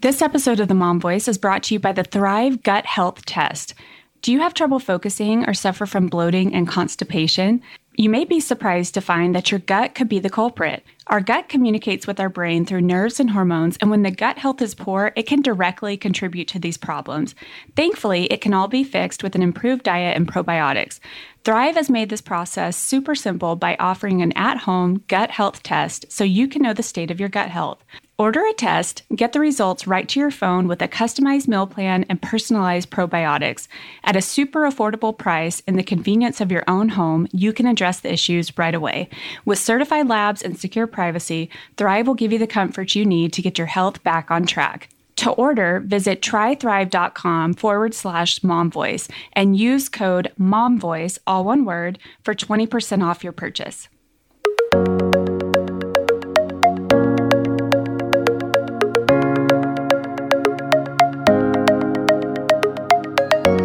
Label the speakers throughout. Speaker 1: This episode of The Mom Voice is brought to you by the Thrive Gut Health Test. Do you have trouble focusing or suffer from bloating and constipation? You may be surprised to find that your gut could be the culprit. Our gut communicates with our brain through nerves and hormones, and when the gut health is poor, it can directly contribute to these problems. Thankfully, it can all be fixed with an improved diet and probiotics. Thrive has made this process super simple by offering an at home gut health test so you can know the state of your gut health. Order a test, get the results right to your phone with a customized meal plan and personalized probiotics. At a super affordable price and the convenience of your own home, you can address the issues right away. With certified labs and secure privacy, Thrive will give you the comfort you need to get your health back on track. To order, visit trythrive.com forward slash momvoice and use code momvoice, all one word, for 20% off your purchase.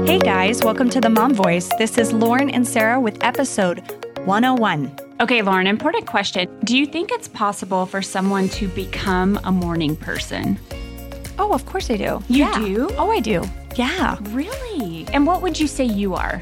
Speaker 2: Hey guys, welcome to the Mom Voice. This is Lauren and Sarah with episode 101.
Speaker 1: Okay, Lauren, important question. Do you think it's possible for someone to become a morning person?
Speaker 2: Oh, of course I do.
Speaker 1: You
Speaker 2: Yeah.
Speaker 1: do?
Speaker 2: Oh, I do. Yeah.
Speaker 1: Really? And what would you say you are?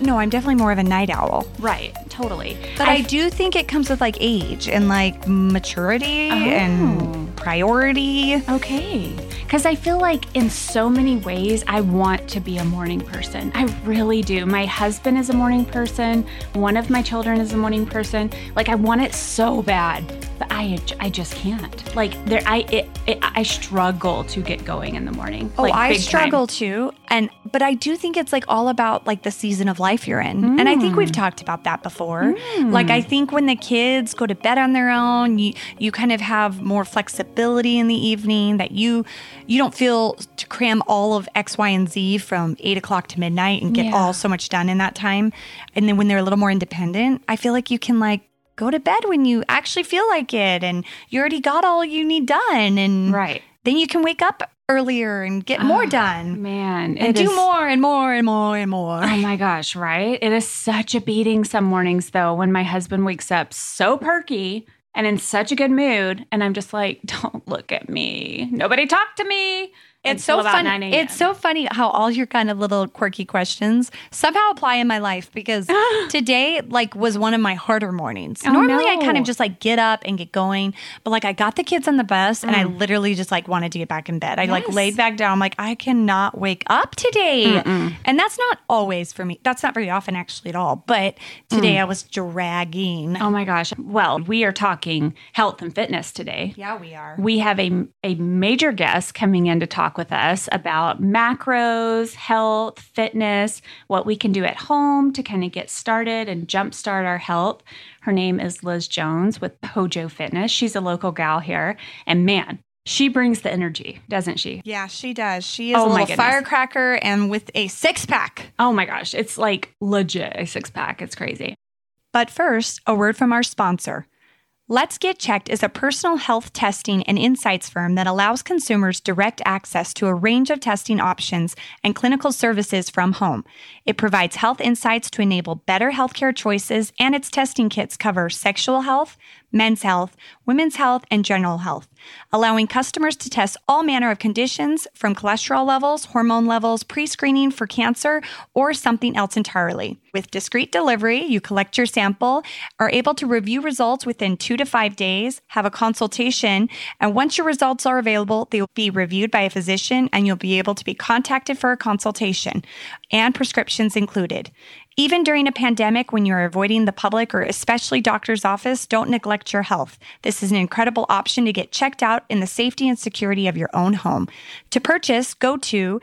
Speaker 2: No, I'm definitely more of a night owl.
Speaker 1: Right, totally.
Speaker 2: But I, do think it comes with like age and like maturity and priority.
Speaker 1: Okay. Because I feel like in so many ways, I want to be a morning person. I really do. My husband is a morning person. One of my children is a morning person. Like I want it so bad, but I I just can't. Like there, I it, it I struggle to get going in the morning.
Speaker 2: Oh,
Speaker 1: like,
Speaker 2: I
Speaker 1: big time.
Speaker 2: struggle too. And but I do think it's like all about like the season of life you're in. And I think we've
Speaker 1: Mm.
Speaker 2: talked about that before. Like I think when the kids go to bed on their own, you you kind of have more flexibility in the evening that you you don't feel to cram all of X, Y, and Z from eight o'clock to midnight and get
Speaker 1: Yeah.
Speaker 2: all so much done in that time. And then when they're a little more independent, I feel like you can like go to bed when you actually feel like it and you already got all you need done and
Speaker 1: Right.
Speaker 2: then you can wake up earlier and get more done
Speaker 1: Man,
Speaker 2: and
Speaker 1: Ah, it
Speaker 2: do
Speaker 1: is-
Speaker 2: more and more and more and more.
Speaker 1: Oh my gosh, right? It is such a beating some mornings though when my husband wakes up so perky and in such a good mood and I'm just like, don't look at me. Nobody talk to me.
Speaker 2: It's
Speaker 1: until
Speaker 2: so
Speaker 1: about
Speaker 2: funny.
Speaker 1: 9 a.m..
Speaker 2: It's so funny how all your kind of little quirky questions somehow apply in my life because today like was one of my harder mornings.
Speaker 1: Oh,
Speaker 2: Normally I
Speaker 1: no.
Speaker 2: kind of just like get up and get going, but like I got the kids on the bus and I literally just like wanted to get back in bed. I like
Speaker 1: Mm. Yes.
Speaker 2: laid back down. I'm like I cannot wake up today, and that's not always for me. That's not very often actually at all. But today
Speaker 1: Mm.
Speaker 2: I was dragging.
Speaker 1: Oh my gosh. Well, we are talking health and fitness today.
Speaker 2: Yeah, we are.
Speaker 1: We have a, a major guest coming in to talk with us about macros, health, fitness, what we can do at home to kind of get started and jumpstart our health. Her name is Liz Jones with Hojo Fitness. She's a local gal here. And man, she brings the energy, doesn't she?
Speaker 2: Yeah, she does. She is
Speaker 1: Oh
Speaker 2: a
Speaker 1: my
Speaker 2: little
Speaker 1: goodness.
Speaker 2: firecracker and with a six pack.
Speaker 1: Oh my gosh. It's like legit a six pack. It's crazy.
Speaker 2: But first, a word from our sponsor. Let's Get Checked is a personal health testing and insights firm that allows consumers direct access to a range of testing options and clinical services from home. It provides health insights to enable better healthcare choices, and its testing kits cover sexual health, men's health, women's health, and general health, allowing customers to test all manner of conditions from cholesterol levels, hormone levels, pre screening for cancer, or something else entirely. With discreet delivery, you collect your sample, are able to review results within two to five days, have a consultation, and once your results are available, they will be reviewed by a physician and you'll be able to be contacted for a consultation and prescriptions included. Even during a pandemic, when you're avoiding the public or especially doctor's office, don't neglect your health. This is an incredible option to get checked out in the safety and security of your own home. To purchase, go to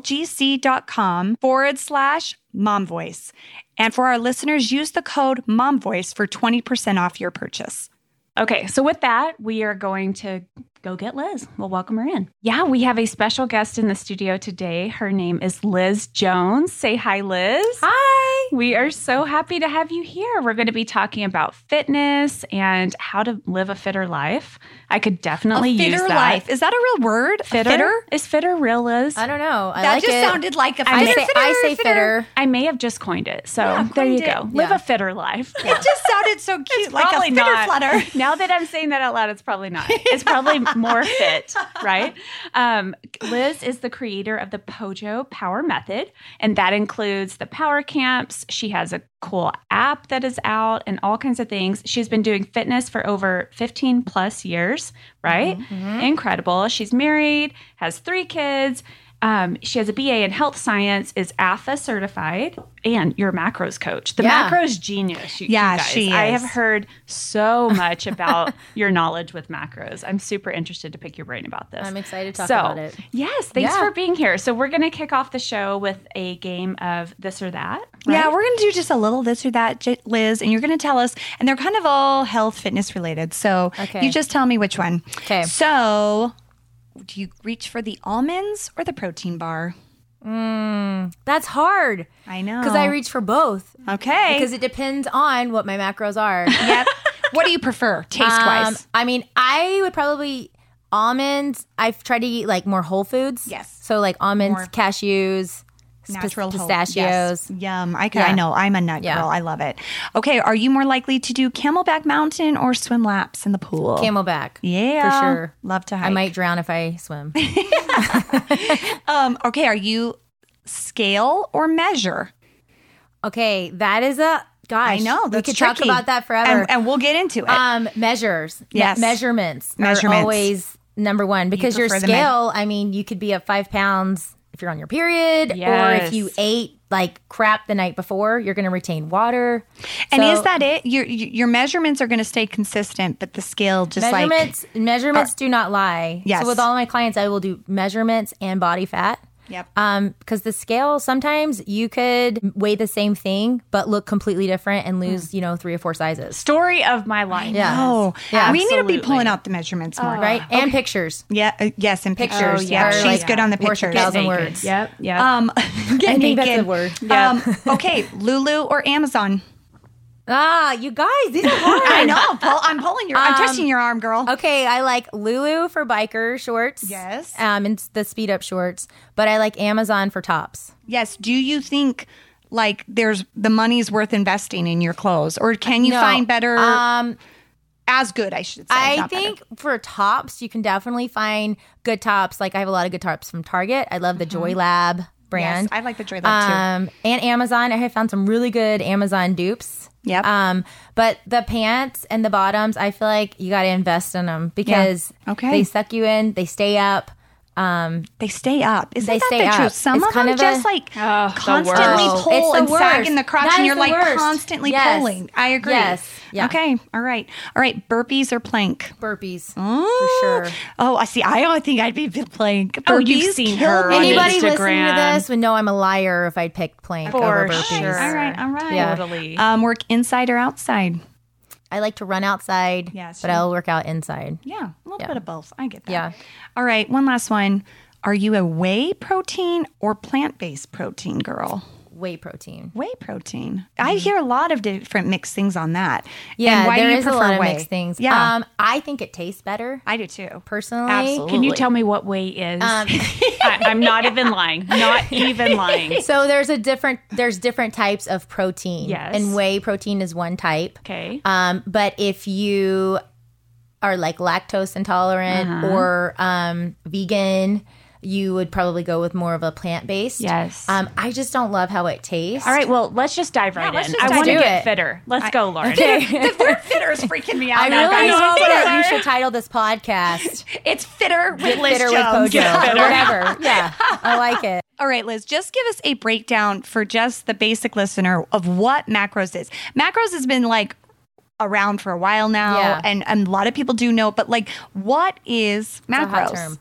Speaker 2: trylgc.com forward slash momvoice. And for our listeners, use the code momvoice for 20% off your purchase.
Speaker 1: Okay, so with that, we are going to go get Liz. We'll welcome her in. Yeah, we have a special guest in the studio today. Her name is Liz Jones. Say hi, Liz.
Speaker 3: Hi.
Speaker 1: We are so happy to have you here. We're going to be talking about fitness and how to live a fitter life. I could definitely
Speaker 2: fitter
Speaker 1: use that.
Speaker 2: life. Is that a real word?
Speaker 1: Fitter? Is fitter real, Liz?
Speaker 3: I don't know. I
Speaker 2: That
Speaker 3: like
Speaker 2: just
Speaker 3: it.
Speaker 2: sounded like a
Speaker 3: I
Speaker 2: fitter,
Speaker 3: say,
Speaker 2: fitter,
Speaker 3: I say fitter.
Speaker 1: I may have just coined it. So
Speaker 2: Yeah,
Speaker 1: there you
Speaker 2: coined it.
Speaker 1: go. Live
Speaker 3: Yeah.
Speaker 1: a fitter life.
Speaker 2: It just sounded so cute, like a
Speaker 1: probably
Speaker 2: fitter
Speaker 1: not.
Speaker 2: flutter.
Speaker 1: now that I'm saying that out loud, it's probably not. It's probably more fit, right? Um, Liz is the creator of the Pojo Power Method, and that includes the power camps. She has a cool app that is out and all kinds of things. She's been doing fitness for over 15 plus years, right?
Speaker 2: Mm-hmm.
Speaker 1: Incredible. She's married, has three kids. Um, she has a BA in health science, is AFA certified, and your macros coach. The
Speaker 3: Yeah.
Speaker 1: macros genius. You, you
Speaker 2: Yeah,
Speaker 1: guys.
Speaker 2: she
Speaker 1: I
Speaker 2: is.
Speaker 1: have heard so much about your knowledge with macros. I'm super interested to pick your brain about this.
Speaker 3: I'm excited to talk
Speaker 1: so,
Speaker 3: about it.
Speaker 1: Yes, thanks
Speaker 3: Yeah.
Speaker 1: for being here. So we're going to kick off the show with a game of this or that.
Speaker 2: Yeah,
Speaker 1: right?
Speaker 2: we're going to do just a little this or that, J- Liz, and you're going to tell us, and they're kind of all health fitness related. So
Speaker 3: Okay.
Speaker 2: you just tell me which one.
Speaker 3: 'Kay.
Speaker 2: So do you reach for the almonds or the protein bar?
Speaker 3: That's hard
Speaker 2: I know.
Speaker 3: because I reach for both
Speaker 2: Okay.
Speaker 3: because it depends on what my macros are.
Speaker 2: yep. what do you prefer taste wise?
Speaker 3: Um, I mean, I would probably almonds. I've tried to eat like more whole foods.
Speaker 2: Yes.
Speaker 3: So like almonds, cashews, s-
Speaker 2: Natural whole- yes.
Speaker 3: pistachios.
Speaker 2: Yum. I could, I
Speaker 3: Yeah.
Speaker 2: know. I'm a nut
Speaker 3: Yeah.
Speaker 2: girl. I love it. Okay. Are you more likely to do Camelback Mountain or swim laps in the pool?
Speaker 3: Camelback.
Speaker 2: yeah.
Speaker 3: For sure.
Speaker 2: Love to hike.
Speaker 3: I might drown if I swim.
Speaker 2: Um, okay, are you scale or measure?
Speaker 3: okay, that is a
Speaker 2: I
Speaker 3: gosh.
Speaker 2: know.
Speaker 3: we
Speaker 2: That's
Speaker 3: could talk
Speaker 2: tricky.
Speaker 3: about that forever.
Speaker 2: And, and we'll get into it.
Speaker 3: um, measures, Me-
Speaker 2: Yes.
Speaker 3: measurements,
Speaker 2: Measurements.
Speaker 3: are always number one because your
Speaker 2: prefer the me-
Speaker 3: scale. I mean, you could be a five pounds if you're on your period, or
Speaker 1: Yes.
Speaker 3: if you ate like crap the night before, you're going to retain water.
Speaker 2: and
Speaker 3: So-
Speaker 2: is that it? Your your measurements are going to stay consistent, but the scale just like
Speaker 3: measurements measurements do not lie
Speaker 2: Yes.
Speaker 3: so with all my clients i will do measurements and body fat
Speaker 2: Yep.
Speaker 3: um because the scale sometimes you could weigh the same thing but look completely different and lose you know three or four sizes
Speaker 1: Story of my life.
Speaker 3: yeah
Speaker 2: Hmm. oh,
Speaker 3: yeah
Speaker 2: we need to be
Speaker 1: absolutely.
Speaker 2: pulling out the measurements more.
Speaker 3: right and pictures
Speaker 2: Yeah. uh, yes, and pictures.
Speaker 3: Oh. yeah,
Speaker 2: yeah.
Speaker 3: or
Speaker 2: She's
Speaker 3: like
Speaker 2: good on the
Speaker 3: worth a
Speaker 2: pictures.
Speaker 3: thousand
Speaker 1: Naked.
Speaker 3: words.
Speaker 1: Yep. Yep.
Speaker 2: Um, get
Speaker 3: I think that's
Speaker 2: naked.
Speaker 3: the word.
Speaker 2: Um, okay, Lulu or Amazon?
Speaker 3: ah you guys these are hard
Speaker 2: I know. Pull, I'm pulling your. I'm twisting your arm, girl.
Speaker 3: Um, Okay, I like Lulu for biker shorts.
Speaker 2: Yes.
Speaker 3: Um, and the speed up shorts, but I like Amazon for tops.
Speaker 2: Yes. Do you think like there's the money's worth investing in your clothes, or can you
Speaker 3: No,
Speaker 2: find better,
Speaker 3: Um,
Speaker 2: as good? I should say.
Speaker 3: I
Speaker 2: not better.
Speaker 3: think for tops, you can definitely find good tops. Like I have a lot of good tops from Target. I love the Joy Lab
Speaker 2: Mm-hmm. Yes,
Speaker 3: brand.
Speaker 2: I like the Joy Lab
Speaker 3: um, and Amazon. I have found some really good Amazon dupes.
Speaker 2: too. Yep.
Speaker 3: Um, but the pants and the bottoms, I feel like you got to invest in them because
Speaker 2: Okay.
Speaker 3: they suck you in, they stay up. Um,
Speaker 2: they stay up. Isn't
Speaker 3: they
Speaker 2: that
Speaker 3: stay
Speaker 2: the truth?
Speaker 3: up.
Speaker 2: Some
Speaker 3: It's
Speaker 2: of
Speaker 3: kind
Speaker 2: them
Speaker 3: of
Speaker 2: just
Speaker 3: a-
Speaker 2: like
Speaker 1: Oh, the
Speaker 2: constantly
Speaker 1: worst.
Speaker 3: It's
Speaker 2: pull
Speaker 3: the
Speaker 2: and sag
Speaker 3: worst.
Speaker 2: in the crotch,
Speaker 3: That
Speaker 2: and
Speaker 3: is
Speaker 2: you're
Speaker 3: the
Speaker 2: like
Speaker 3: worst.
Speaker 2: constantly
Speaker 3: Yes.
Speaker 2: pulling. I agree.
Speaker 3: Yes. Yeah.
Speaker 2: Okay. All right. All right. Burpees or plank.
Speaker 3: burpees.
Speaker 2: Mm. Ooh.
Speaker 3: sure.
Speaker 2: Oh, I see. I don't think I'd be plank. Burpees
Speaker 1: Oh, you've seen
Speaker 2: kill
Speaker 1: her
Speaker 2: me.
Speaker 1: on
Speaker 3: Anybody listening to
Speaker 1: Instagram.
Speaker 3: this would know I'm a liar if I picked plank
Speaker 1: For
Speaker 3: over burpees.
Speaker 1: sure.
Speaker 2: All right. All right.
Speaker 3: Yeah.
Speaker 1: Totally.
Speaker 2: Um, work inside or outside.
Speaker 3: I like to run outside,
Speaker 2: Yes,
Speaker 3: but
Speaker 2: you-
Speaker 3: I'll work out inside.
Speaker 2: Yeah, a little bit of both. I get that.
Speaker 3: Yeah.
Speaker 2: All right, one last one. Are you a whey protein or plant based protein girl?
Speaker 3: Whey protein.
Speaker 2: Whey protein. I hear a lot of different mixed things on that.
Speaker 3: Yeah,
Speaker 2: and why
Speaker 3: there
Speaker 2: do you
Speaker 3: is a
Speaker 2: prefer
Speaker 3: lot of
Speaker 2: whey?
Speaker 3: mixed things.
Speaker 2: Yeah,
Speaker 3: Um, I think it tastes better
Speaker 2: I do too.
Speaker 3: personally.
Speaker 2: Absolutely.
Speaker 1: Can you tell me what way is?
Speaker 3: Um,
Speaker 1: I, I'm not even lying. Not even lying.
Speaker 3: So there's a different there's different types of protein.
Speaker 1: Yes.
Speaker 3: And whey protein is one type.
Speaker 1: Okay.
Speaker 3: Um, but if you are like lactose intolerant
Speaker 2: Uh-huh.
Speaker 3: or um, vegan, you would probably go with more of a plant based.
Speaker 1: Yes.
Speaker 3: Um, I just don't love how it tastes.
Speaker 1: All right. Well, let's just dive right
Speaker 2: let's
Speaker 1: in.
Speaker 2: just
Speaker 1: I
Speaker 2: dive
Speaker 1: want to
Speaker 3: in.
Speaker 1: get
Speaker 3: Do it.
Speaker 1: fitter. Let's go, Lauren.
Speaker 2: the word fitter is freaking me out.
Speaker 3: I
Speaker 2: now,
Speaker 3: really
Speaker 2: guys.
Speaker 3: know
Speaker 2: Fitter.
Speaker 3: what you should title this podcast.
Speaker 2: It's fitter with Liz
Speaker 3: Bitter with
Speaker 2: Jones.
Speaker 3: Pojo or whatever. Yeah, I like it.
Speaker 2: All right, Liz, just give us a breakdown for just the basic listener of what macros is. Macros has been like around for a while now,
Speaker 3: Yeah.
Speaker 2: and, and a lot of people do know, but like, what is
Speaker 3: It's a hot
Speaker 2: macros?
Speaker 3: term.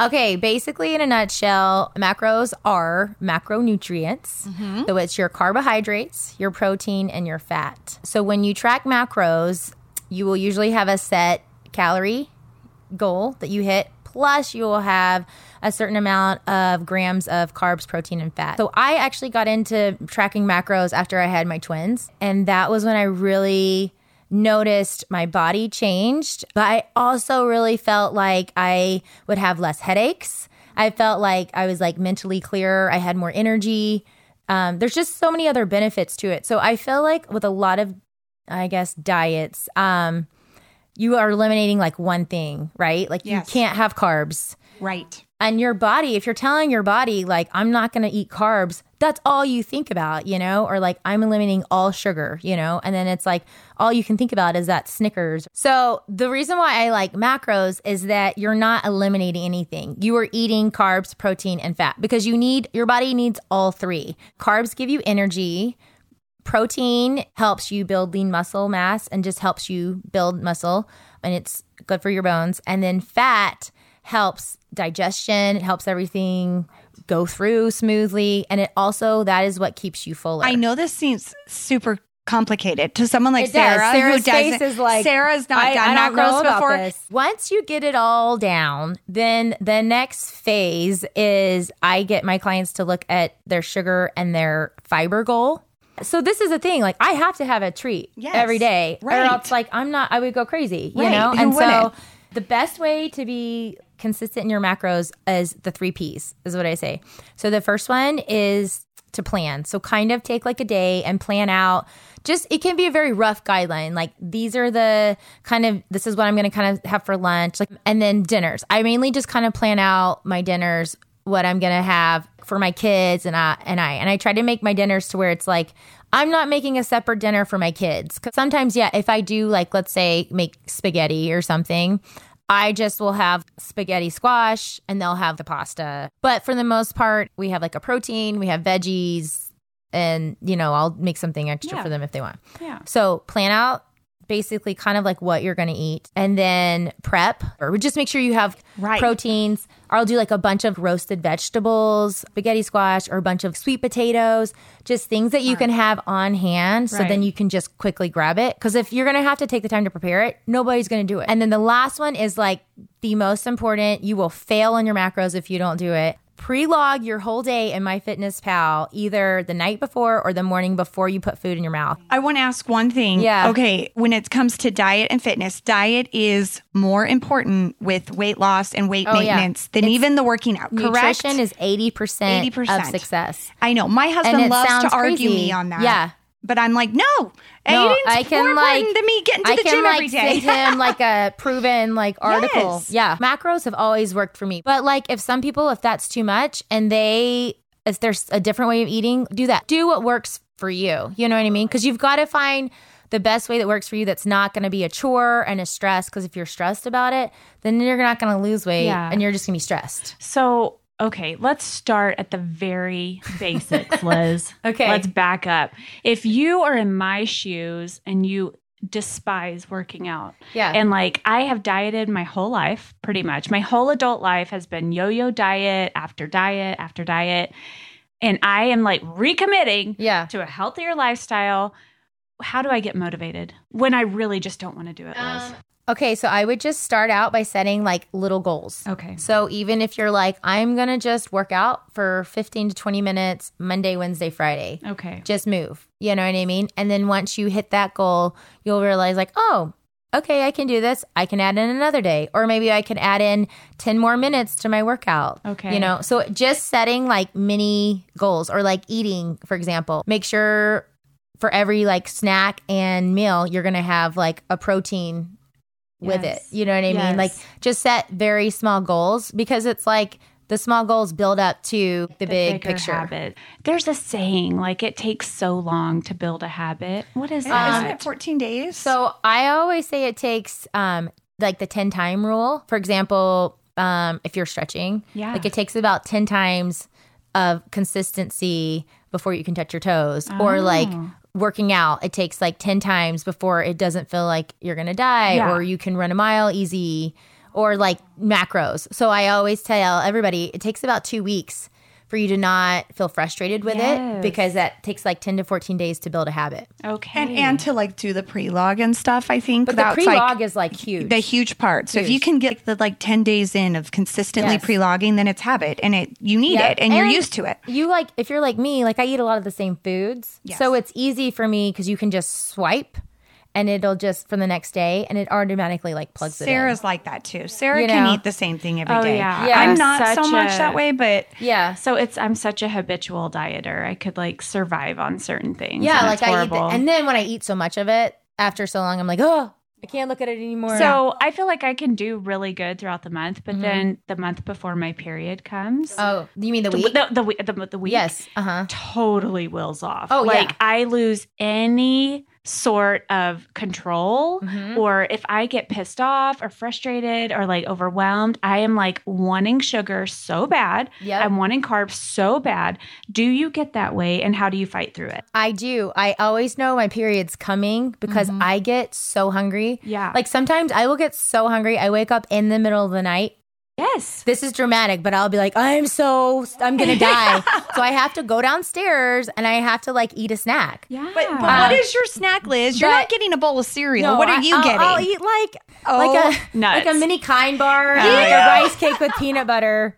Speaker 3: Okay, basically, in a nutshell, macros are macronutrients.
Speaker 2: Mm-hmm.
Speaker 3: So it's your carbohydrates, your protein, and your fat. So when you track macros, you will usually have a set calorie goal that you hit Plus, you will have a certain amount of grams of carbs, protein, and fat. So I actually got into tracking macros after I had my twins. And that was when I really noticed my body changed. But I also really felt like I would have less headaches. I felt like I was like mentally clearer. I had more energy. Um, there's just so many other benefits to it. So I feel like with a lot of, I guess, diets, um, you are eliminating like one thing, right? Like
Speaker 2: Yes.
Speaker 3: you can't have carbs.
Speaker 2: Right.
Speaker 3: And your body, if you're telling your body, like, I'm not going to eat carbs, that's all you think about, you know? Or like, I'm eliminating all sugar, you know? And then it's like, all you can think about is that Snickers. So the reason why I like macros is that you're not eliminating anything. You are eating carbs, protein, and fat because you need, your body needs all three. Carbs give you energy. Protein helps you build lean muscle mass and just helps you build muscle and it's good for your bones. And then fat helps digestion, it helps everything go through smoothly and it also that is what keeps you fuller.
Speaker 2: I know this seems super complicated to someone like
Speaker 3: It does.
Speaker 2: Sarah
Speaker 3: Sarah's
Speaker 2: who
Speaker 3: face
Speaker 2: doesn't.
Speaker 3: is like,
Speaker 2: Sarah's not
Speaker 3: I-
Speaker 2: done
Speaker 3: I don't know
Speaker 2: macros
Speaker 3: about
Speaker 2: before.
Speaker 3: this. Once you get it all down, then the next phase is I get my clients to look at their sugar and their fiber goal. So this is the thing, like I have to have a treat
Speaker 2: Yes.
Speaker 3: every day, or
Speaker 2: Right.
Speaker 3: else like I'm not. I would go crazy, you
Speaker 2: Right.
Speaker 3: know.
Speaker 2: Who
Speaker 3: and so
Speaker 2: wouldn't?
Speaker 3: the best way to be consistent in your macros is the three P's, is what I say. So the first one is to plan. So kind of take like a day and plan out. Just it can be a very rough guideline. Like these are the kind of this is what I'm going to kind of have for lunch, like and then dinners. I mainly just kind of plan out my dinners, what I'm going to have for my kids and I and I and I try to make my dinners to where it's like I'm not making a separate dinner for my kids. 'Cause Sometimes, yeah, if I do, like, let's say make spaghetti or something, I just will have spaghetti squash and they'll have the pasta. But for the most part, we have like a protein, we have veggies, and, you know, I'll make something extra
Speaker 1: Yeah.
Speaker 3: for them if they want.
Speaker 1: Yeah.
Speaker 3: So plan out basically kind of like what you're going to eat and then prep or just make sure you have
Speaker 2: Right.
Speaker 3: proteins. Or I'll do like a bunch of roasted vegetables, spaghetti squash, or a bunch of sweet potatoes, just things that you can have on hand. So then
Speaker 1: Right.
Speaker 3: you can just quickly grab it. Cause if you're going to have to take the time to prepare it, nobody's going to do it. And then the last one is like the most important. You will fail on your macros if you don't do it. Pre-log your whole day in MyFitnessPal either the night before or the morning before you put food in your mouth.
Speaker 2: I want to ask one thing.
Speaker 3: Yeah.
Speaker 2: Okay. When it comes to diet and fitness, diet is more important with weight loss and weight
Speaker 3: Oh, yeah.
Speaker 2: maintenance than even the working out. Correct.
Speaker 3: Nutrition is 80%,
Speaker 2: 80%.
Speaker 3: of success.
Speaker 2: I know. My husband
Speaker 3: it
Speaker 2: loves
Speaker 3: sounds
Speaker 2: to argue
Speaker 3: crazy.
Speaker 2: me on that.
Speaker 3: Yeah.
Speaker 2: But I'm like, no,
Speaker 3: No,
Speaker 2: eating's
Speaker 3: I
Speaker 2: more
Speaker 3: can
Speaker 2: important
Speaker 3: like
Speaker 2: than me getting to
Speaker 3: I
Speaker 2: the
Speaker 3: can
Speaker 2: gym
Speaker 3: like
Speaker 2: every
Speaker 3: send
Speaker 2: day.
Speaker 3: him like a proven like article.
Speaker 2: Yes.
Speaker 3: Yeah, macros have always worked for me. But like if some people if that's too much and they if there's a different way of eating, do that. Do what works for you. You know what I mean? Because you've got to find the best way that works for you. That's not going to be a chore and a stress. Because if you're stressed about it, then you're not going to lose weight
Speaker 1: Yeah.
Speaker 3: and you're just going to be stressed.
Speaker 1: So, okay, let's start at the very basics, Liz.
Speaker 3: Okay.
Speaker 1: Let's back up. If you are in my shoes and you despise working out,
Speaker 3: Yeah.
Speaker 1: and like I have dieted my whole life, pretty much, my whole adult life has been yo yo diet after diet after diet. And I am like recommitting
Speaker 3: yeah.
Speaker 1: to a healthier lifestyle. How do I get motivated when I really just don't want to do it, Liz?
Speaker 3: Um, Okay, so I would just start out by setting like little goals.
Speaker 1: okay.
Speaker 3: So even if you're like, I'm gonna just work out for 15 to 20 minutes Monday, Wednesday, Friday,
Speaker 1: Okay.
Speaker 3: just move. You know what I mean? And then once you hit that goal, you'll realize, like, oh, okay, I can do this. I can add in another day. Or maybe I can add in 10 more minutes to my workout.
Speaker 1: Okay.
Speaker 3: You know, so just setting like mini goals or like eating, for example, make sure for every like snack and meal, you're gonna have like a protein with
Speaker 1: Yes.
Speaker 3: it. You know what I mean?
Speaker 1: Yes.
Speaker 3: Like just set very small goals because it's like the small goals build up to the, big
Speaker 1: bigger
Speaker 3: picture.
Speaker 1: Habit. There's a saying like it takes so long to build a habit. What is
Speaker 2: Isn't
Speaker 1: that?
Speaker 2: it 14 days?
Speaker 3: Uh, So I always say it takes um like the 10 time rule. For example, um if you're stretching,
Speaker 1: Yeah.
Speaker 3: like it takes about 10 times of consistency before you can touch your toes
Speaker 1: Oh.
Speaker 3: or like working out it takes like 10 times before it doesn't feel like you're going to die
Speaker 1: Yeah.
Speaker 3: or you can run a mile easy or like macros. So I always tell everybody it takes about 2 weeks for you to not feel frustrated with
Speaker 1: Yes.
Speaker 3: it because that takes like 10 to 14 days to build a habit.
Speaker 1: Okay.
Speaker 2: And, and to like do the pre-log and stuff, I think
Speaker 3: But
Speaker 2: that's
Speaker 3: the pre-log
Speaker 2: like
Speaker 3: is like huge.
Speaker 2: the huge part. So if you
Speaker 3: Huge.
Speaker 2: can get the like 10 days in of consistently
Speaker 3: Yes.
Speaker 2: pre-logging, then it's habit and it you need
Speaker 3: Yep.
Speaker 2: it and, you're
Speaker 3: And
Speaker 2: used to it.
Speaker 3: You like if you're like me, like I eat a lot of the same foods,
Speaker 2: Yes.
Speaker 3: so it's easy for me because you can just swipe, and it'll just for the next day, and it automatically like plugs it
Speaker 2: Sarah's like that too. Sarah
Speaker 3: You
Speaker 2: can
Speaker 3: know?
Speaker 2: eat the same thing every day.
Speaker 1: Oh, yeah.
Speaker 3: Yeah.
Speaker 2: I'm
Speaker 3: I'm
Speaker 2: not so
Speaker 1: such
Speaker 2: much
Speaker 1: a-
Speaker 2: that way, but
Speaker 3: in. Yeah,
Speaker 1: So it's I'm such a habitual dieter. I could like survive on certain things.
Speaker 3: yeah,
Speaker 1: and
Speaker 3: like
Speaker 1: it's
Speaker 3: I eat,
Speaker 1: horrible.
Speaker 3: the, and then when I eat so much of it after so long, I'm like, oh, I can't look at it anymore.
Speaker 1: so I feel like I can do really good throughout the month, but
Speaker 3: Mhm.
Speaker 1: then the month before my period comes,
Speaker 3: oh, you mean the
Speaker 1: the,
Speaker 3: week?
Speaker 1: the, the, we- the, the week
Speaker 3: Yes, uh huh.
Speaker 1: totally wills off.
Speaker 3: Oh,
Speaker 1: like
Speaker 3: yeah.
Speaker 1: I lose any sort of control.
Speaker 3: Mm-hmm.
Speaker 1: Or if I get pissed off or frustrated or like overwhelmed, I am like wanting sugar so bad.
Speaker 3: Yep.
Speaker 1: I'm wanting carbs so bad. Do you get that way and how do you fight through it?
Speaker 3: I do. I always know my period's coming because
Speaker 2: Mm-hmm.
Speaker 3: I get so hungry.
Speaker 1: Yeah.
Speaker 3: Like sometimes I will get so hungry, I wake up in the middle of the night
Speaker 1: Yes.
Speaker 3: this is dramatic, but I'll be like, I'm so, I'm gonna die. so I have to go downstairs and I have to like eat a snack.
Speaker 1: Yeah.
Speaker 2: but,
Speaker 3: Uh,
Speaker 2: but what is your snack, Liz? You're
Speaker 3: but-
Speaker 2: not getting a bowl of cereal. what are
Speaker 3: I-
Speaker 2: you
Speaker 3: I'll-
Speaker 2: getting? Oh.
Speaker 3: I'll eat like like a
Speaker 1: Oh, nuts. Oh,
Speaker 3: like a mini kind bar, and, like
Speaker 1: yeah.
Speaker 3: a rice cake with peanut butter.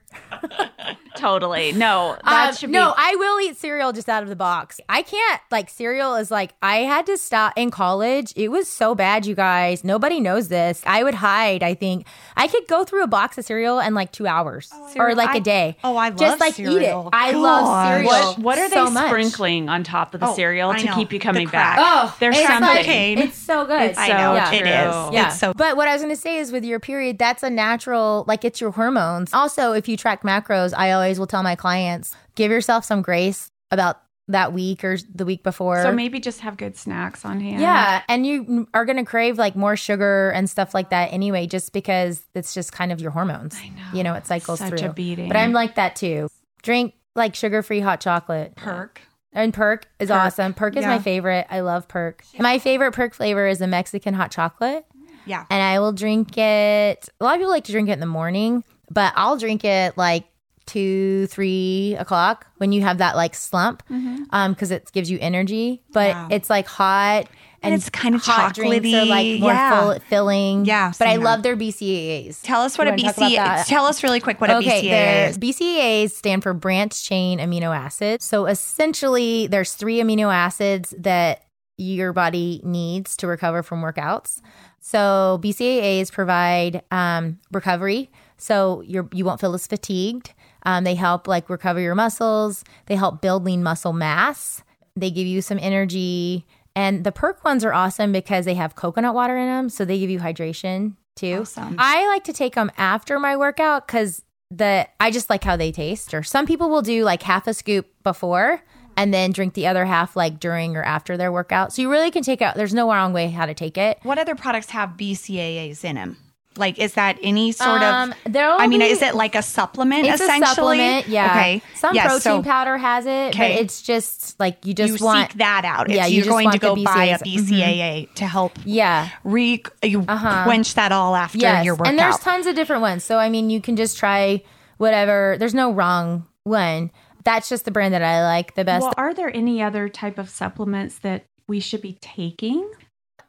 Speaker 1: totally. No, that
Speaker 3: Um,
Speaker 1: should be.
Speaker 3: no, I will eat cereal just out of the box. I can't like cereal is like I had to stop in college. It was so bad, you guys. Nobody knows this. I would hide. I think I could go through a box of cereal in like two hours or like
Speaker 2: I-
Speaker 3: a day.
Speaker 2: oh, I love
Speaker 3: just like eat it.
Speaker 2: cereal.
Speaker 3: I love
Speaker 2: Gosh.
Speaker 3: cereal.
Speaker 1: what, what are
Speaker 3: so
Speaker 1: they
Speaker 3: much.
Speaker 1: sprinkling on top of the
Speaker 2: Oh,
Speaker 1: cereal
Speaker 2: I
Speaker 1: to
Speaker 2: know.
Speaker 1: keep you
Speaker 2: The
Speaker 1: coming
Speaker 2: crack.
Speaker 1: back?
Speaker 3: Oh,
Speaker 1: there's
Speaker 3: it's
Speaker 1: something.
Speaker 3: Like,
Speaker 2: cocaine.
Speaker 3: it's so good.
Speaker 1: It's so
Speaker 3: yeah.
Speaker 1: true.
Speaker 2: It is.
Speaker 3: Yeah.
Speaker 2: It's so
Speaker 3: but what I was going to say is with your period, that's a natural, like it's your hormones. Also, if you track macros, I always will tell my clients give yourself some grace about that week or the week before.
Speaker 1: So maybe just have good snacks on hand.
Speaker 3: Oh. yeah. And you are going to crave like more sugar and stuff like that anyway, just because it's just kind of your hormones. I
Speaker 1: know.
Speaker 3: You know, it cycles
Speaker 1: Such
Speaker 3: through.
Speaker 1: a beating.
Speaker 3: But I'm like that too. Drink like sugar free hot chocolate.
Speaker 2: perk.
Speaker 3: And Perk is awesome. Perk is
Speaker 2: Yeah.
Speaker 3: my favorite. I love Perk. My favorite Perk flavor is the Mexican hot chocolate,
Speaker 2: Yeah.
Speaker 3: and I will drink it. A lot of people like to drink it in the morning, but I'll drink it like two, three o'clock when you have that like slump, because it gives you energy. But
Speaker 2: Mm-hmm. Yeah.
Speaker 3: it's like hot. And,
Speaker 2: it's kind of
Speaker 3: hot drinks are
Speaker 2: chocolatey.
Speaker 3: like more
Speaker 2: Yeah.
Speaker 3: full, filling.
Speaker 2: Yeah,
Speaker 3: but I
Speaker 2: same
Speaker 3: love their BCAAs.
Speaker 2: Tell us what a
Speaker 3: You wanna talk about
Speaker 2: BCA
Speaker 3: that?
Speaker 2: Tell us really quick what a BCA
Speaker 3: okay,
Speaker 2: is.
Speaker 3: there's- BCAAs stand for branch chain amino acids. So essentially, there's three amino acids that your body needs to recover from workouts. So BCAAs provide um, recovery, so you're, you won't feel as fatigued. Um, they help like recover your muscles. They help build lean muscle mass. They give you some energy. And the perk ones are awesome because they have coconut water in them, so they give you hydration too.
Speaker 2: Awesome.
Speaker 3: I like to take them after my workout because the I just like how they taste. Or some people will do like half a scoop before and then drink the other half like during or after their workout. So you really can take out. There's no wrong way how to take it.
Speaker 2: What other products have BCAAs in them? Like, is that any sort
Speaker 3: Um,
Speaker 2: of?
Speaker 3: there'll
Speaker 2: I mean,
Speaker 3: be-
Speaker 2: is it like a supplement?
Speaker 3: It's
Speaker 2: essentially,
Speaker 3: a supplement, yeah.
Speaker 2: Okay,
Speaker 3: Some
Speaker 2: Yeah,
Speaker 3: protein
Speaker 2: so
Speaker 3: powder has it,
Speaker 2: Okay.
Speaker 3: but it's just like you
Speaker 2: You
Speaker 3: just want
Speaker 2: seek that out. If
Speaker 3: Yeah, you
Speaker 2: you're
Speaker 3: just
Speaker 2: going to
Speaker 3: want the
Speaker 2: go buy a
Speaker 3: BCAAs. Mhm.
Speaker 2: BCAA to help
Speaker 3: Yeah.
Speaker 2: re you quench that all after your workout.
Speaker 3: Uh-huh. And there's tons of different ones. So I mean, you can just try whatever. There's no wrong one. That's just the brand that I like the best.
Speaker 1: Well, are there any other type of supplements that we should be taking?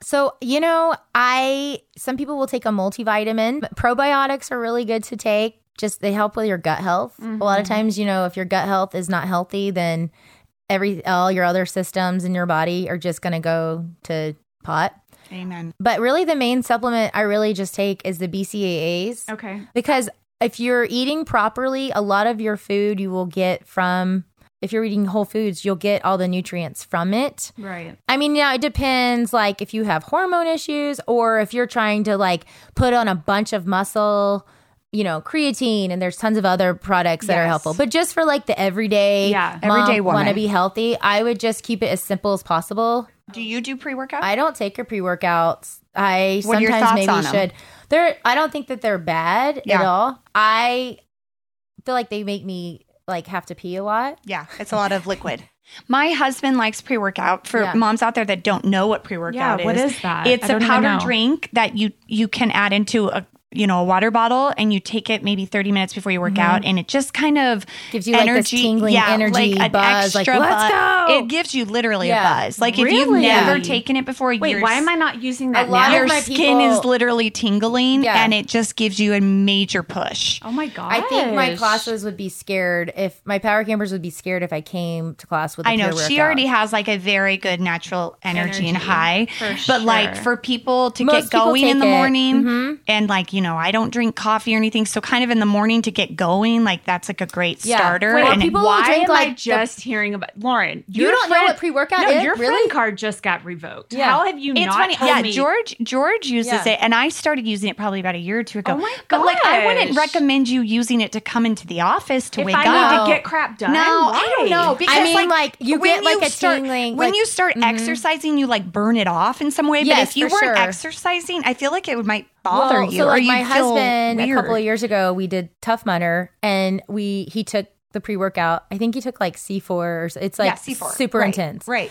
Speaker 3: So, you know, I some people will take a multivitamin. But Probiotics are really good to take. Just they help with your gut health. A lot of times, you know, if your gut health is not healthy, then every all your other systems in your body are just going to go to pot.
Speaker 2: Amen.
Speaker 3: But really the main supplement I really just take is the BCAAs
Speaker 1: Okay.
Speaker 3: because if you're eating properly, a lot of your food you will get from if you're eating whole foods, you'll get all the nutrients from it.
Speaker 1: Right.
Speaker 3: I mean, now it depends, like, if you have hormone issues or if you're trying to, like, put on a bunch of muscle, you know, creatine, and there's tons of other products that are
Speaker 2: Yes.
Speaker 3: helpful. But just for, like, the everyday,
Speaker 1: Yeah,
Speaker 2: everyday woman.
Speaker 3: want to be healthy, I would just keep it as simple as possible.
Speaker 2: Do you do pre workout?
Speaker 3: I don't take your pre workouts. I
Speaker 2: What are your
Speaker 3: sometimes
Speaker 2: thoughts
Speaker 3: maybe
Speaker 2: on 'em?
Speaker 3: should. They're, I don't think that they're bad
Speaker 2: Yeah.
Speaker 3: at all. I feel like they make me, like, have to pee a lot.
Speaker 2: Yeah, it's a lot of liquid. My husband likes pre workout. For
Speaker 3: Yeah.
Speaker 2: moms out there that don't know what pre
Speaker 1: Yeah,
Speaker 2: workout
Speaker 1: what is that?
Speaker 2: It's
Speaker 1: I
Speaker 2: a
Speaker 1: don't even
Speaker 2: powder
Speaker 1: know.
Speaker 2: drink that you you can add into a you know, a water bottle and you take it maybe 30 minutes before you work out and it just kind of
Speaker 3: Gives you, Mm-hmm. like, this tingling energy
Speaker 2: an
Speaker 3: buzz, like,
Speaker 2: extra
Speaker 3: "Let's
Speaker 2: buzz."
Speaker 3: go!
Speaker 2: It gives you literally a
Speaker 3: Yeah.
Speaker 2: buzz. Like if you've
Speaker 1: Really?
Speaker 2: never
Speaker 1: Yeah.
Speaker 2: taken it before,
Speaker 1: Wait,
Speaker 2: your
Speaker 1: why am I not using that
Speaker 3: lot
Speaker 1: now?
Speaker 3: of
Speaker 2: your
Speaker 3: my
Speaker 2: skin
Speaker 3: people-
Speaker 2: is literally tingling
Speaker 3: Yeah.
Speaker 2: and it just gives you a major push.
Speaker 1: oh my god!
Speaker 3: I think my classes would be scared if my power campers would be scared if I came to class with. a
Speaker 2: I know
Speaker 3: pure
Speaker 2: she
Speaker 3: workout.
Speaker 2: already has like a very good natural energy, and
Speaker 1: Energy,
Speaker 2: high,
Speaker 1: for
Speaker 2: but like
Speaker 1: sure.
Speaker 2: for people Mm-hmm. to
Speaker 3: Most
Speaker 2: get
Speaker 3: people
Speaker 2: going in the
Speaker 3: take it.
Speaker 2: morning and like you know I don't drink coffee or anything, so kind of in the morning to get going, like that's like a great
Speaker 3: Yeah.
Speaker 2: starter.
Speaker 3: Wait,
Speaker 2: and
Speaker 3: people who
Speaker 1: why
Speaker 3: drink,
Speaker 1: am
Speaker 3: like,
Speaker 1: I
Speaker 3: the-
Speaker 1: just hearing about Lauren?
Speaker 3: You
Speaker 1: your
Speaker 3: don't know what pre-workout
Speaker 1: no,
Speaker 3: is?
Speaker 1: Your
Speaker 3: Really?
Speaker 1: friend card just got revoked.
Speaker 3: Yeah.
Speaker 1: How have you
Speaker 2: it's
Speaker 1: not
Speaker 2: funny.
Speaker 1: told
Speaker 2: Yeah,
Speaker 1: me?
Speaker 2: George George uses
Speaker 3: Yeah.
Speaker 2: it, and I started using it probably about a year or two ago.
Speaker 1: Oh my
Speaker 2: But like, I wouldn't
Speaker 1: gosh.
Speaker 2: recommend you using it to come into the office to
Speaker 1: if
Speaker 2: wake
Speaker 1: I
Speaker 2: up.
Speaker 1: need
Speaker 3: up.
Speaker 1: to get crap done,
Speaker 2: No,
Speaker 1: why?
Speaker 2: I don't know. Because
Speaker 3: mean, like, you
Speaker 2: when
Speaker 3: get, like, a
Speaker 2: start,
Speaker 3: tingling,
Speaker 2: when
Speaker 3: like- mm-hmm.
Speaker 2: you start exercising. You like burn it off in some way.
Speaker 3: Yes,
Speaker 2: but if you
Speaker 3: for
Speaker 2: weren't
Speaker 3: sure.
Speaker 2: exercising, I feel like it would might bother
Speaker 3: Well,
Speaker 2: you.
Speaker 3: Oh, So
Speaker 2: or
Speaker 3: like
Speaker 2: you
Speaker 3: my
Speaker 2: feel
Speaker 3: husband
Speaker 2: weird.
Speaker 3: a couple of years ago, we did Tough Mudder, and we he took the pre workout. I think he took like C four. or so. It's like
Speaker 2: yeah, C4.
Speaker 3: super
Speaker 2: Right,
Speaker 3: intense.
Speaker 2: Right.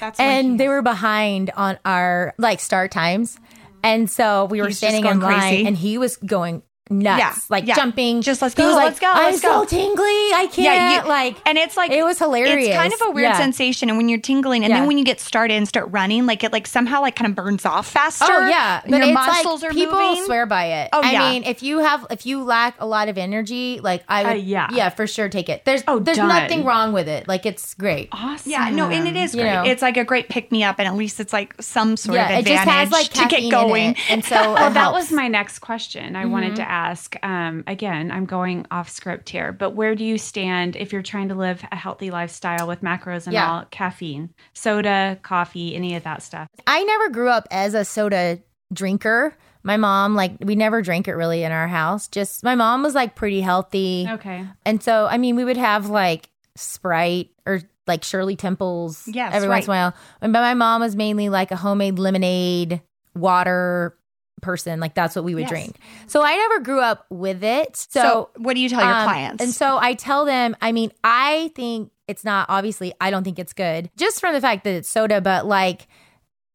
Speaker 2: That's what
Speaker 3: and
Speaker 2: he
Speaker 3: they were behind on our like start times, and so we were
Speaker 2: He's just
Speaker 3: standing in
Speaker 2: going
Speaker 3: line,
Speaker 2: crazy.
Speaker 3: and he was going nuts,
Speaker 2: Yeah,
Speaker 3: like
Speaker 2: yeah.
Speaker 3: jumping.
Speaker 2: Just let's
Speaker 3: He
Speaker 2: go,
Speaker 3: was like,
Speaker 2: let's go,
Speaker 3: I'm
Speaker 2: let's go."
Speaker 3: so tingly. I can't. like,
Speaker 2: and it's like
Speaker 3: it was hilarious.
Speaker 2: It's kind of a weird
Speaker 3: Yeah.
Speaker 2: sensation, and when you're tingling, and
Speaker 3: Yeah.
Speaker 2: then when you get started and start running, like it like somehow like kind of burns off faster.
Speaker 3: Oh yeah,
Speaker 2: and your muscles are
Speaker 3: people
Speaker 2: moving.
Speaker 3: swear by it.
Speaker 2: Oh,
Speaker 3: I
Speaker 2: yeah.
Speaker 3: mean, if you have if you lack a lot of energy, like I would,
Speaker 1: Uh, yeah.
Speaker 3: yeah, for sure take it. There's
Speaker 1: Oh,
Speaker 3: there's
Speaker 1: done.
Speaker 3: nothing wrong with it. Like it's great.
Speaker 1: Awesome.
Speaker 2: Yeah, no, and it is
Speaker 3: Mm-hmm. You
Speaker 2: great.
Speaker 3: know.
Speaker 2: It's like a great pick me up, and at least it's like some sort
Speaker 3: yeah,
Speaker 2: of
Speaker 3: it just
Speaker 2: advantage
Speaker 3: has like
Speaker 2: to get
Speaker 3: caffeine
Speaker 2: going.
Speaker 3: in it, and so
Speaker 1: Well, that Mm-hmm. was my next question. I wanted to ask. Um, again, I'm going off script here, but where do you stand if you're trying to live a healthy lifestyle with macros and
Speaker 3: Yeah.
Speaker 1: all caffeine, soda, coffee, any of that stuff?
Speaker 3: I never grew up as a soda drinker. My mom, like, we never drank it really in our house. Just my mom was like pretty healthy,
Speaker 1: Okay.
Speaker 3: and so I mean, we would have like Sprite or like Shirley Temples,
Speaker 2: Yes,
Speaker 3: every once in a while. And but my mom was mainly like a homemade lemonade, water person. Like that's what we would
Speaker 2: Yes.
Speaker 3: drink. So I never grew up with it. So,
Speaker 2: So, what do you tell your
Speaker 3: um,
Speaker 2: clients?
Speaker 3: And so I tell them, I mean, I think it's not obviously I don't think it's good. Just from the fact that it's soda, but like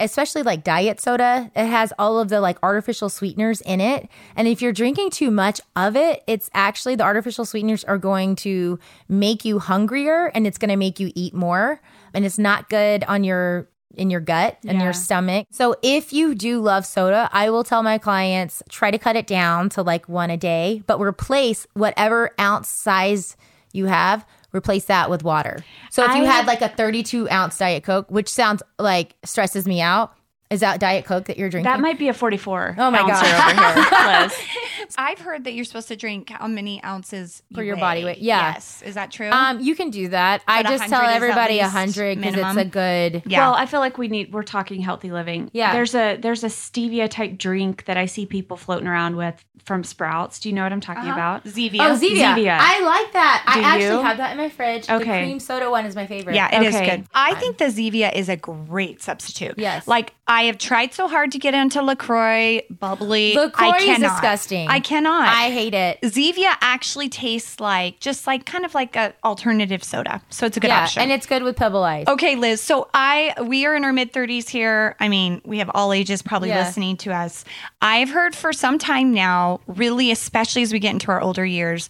Speaker 3: especially like diet soda, it has all of the like artificial sweeteners in it. And if you're drinking too much of it, it's actually the artificial sweeteners are going to make you hungrier and it's going to make you eat more and it's not good on your in your gut and
Speaker 1: Yeah.
Speaker 3: your stomach. So if you do love soda, I will tell my clients try to cut it down to like one a day, but replace whatever ounce size you have, replace that with water. So if you
Speaker 1: I
Speaker 3: had
Speaker 1: have-
Speaker 3: like a 32 ounce Diet Coke, which sounds like stresses me out, is that Diet Coke that you're drinking?
Speaker 1: That might be a 44.
Speaker 3: Oh my
Speaker 1: ouncer
Speaker 3: God.
Speaker 1: over here, Liz.
Speaker 2: I've heard that you're supposed to drink how many ounces
Speaker 3: For
Speaker 2: you
Speaker 3: your
Speaker 2: weigh.
Speaker 3: body weight, yeah.
Speaker 2: Yes, is that true?
Speaker 3: um, you can do that. I
Speaker 2: But
Speaker 3: just tell
Speaker 2: 100 is at
Speaker 3: everybody
Speaker 2: least
Speaker 3: 100 because it's
Speaker 2: minimum.
Speaker 3: a good.
Speaker 2: yeah.
Speaker 1: Well, I feel like we need we're talking healthy living.
Speaker 3: Yeah.
Speaker 1: There's a there's a stevia type drink that I see people floating around with from Sprouts. Do you know what I'm talking about?
Speaker 2: Zevia.
Speaker 3: Oh, Zevia.
Speaker 1: Zevia.
Speaker 3: I like that. I
Speaker 1: Do
Speaker 3: actually
Speaker 1: you?
Speaker 3: have that in my fridge. The
Speaker 1: Okay.
Speaker 3: cream soda one is my favorite.
Speaker 2: Yeah, it is
Speaker 1: Okay.
Speaker 2: good. I think the Zevia is a great substitute.
Speaker 3: Yes.
Speaker 2: Like I have tried so hard to get into LaCroix, bubbly.
Speaker 3: LaCroix
Speaker 2: I
Speaker 3: is
Speaker 2: cannot.
Speaker 3: disgusting.
Speaker 2: I cannot.
Speaker 3: I hate it.
Speaker 2: Zevia actually tastes like just like kind of like a alternative soda. So it's a good
Speaker 3: yeah,
Speaker 2: option.
Speaker 3: and it's good with pebble ice.
Speaker 2: Okay, Liz. So I we are in our mid 30s here. I mean, we have all ages probably
Speaker 3: Yeah.
Speaker 2: listening to us. I've heard for some time now, really especially as we get into our older years,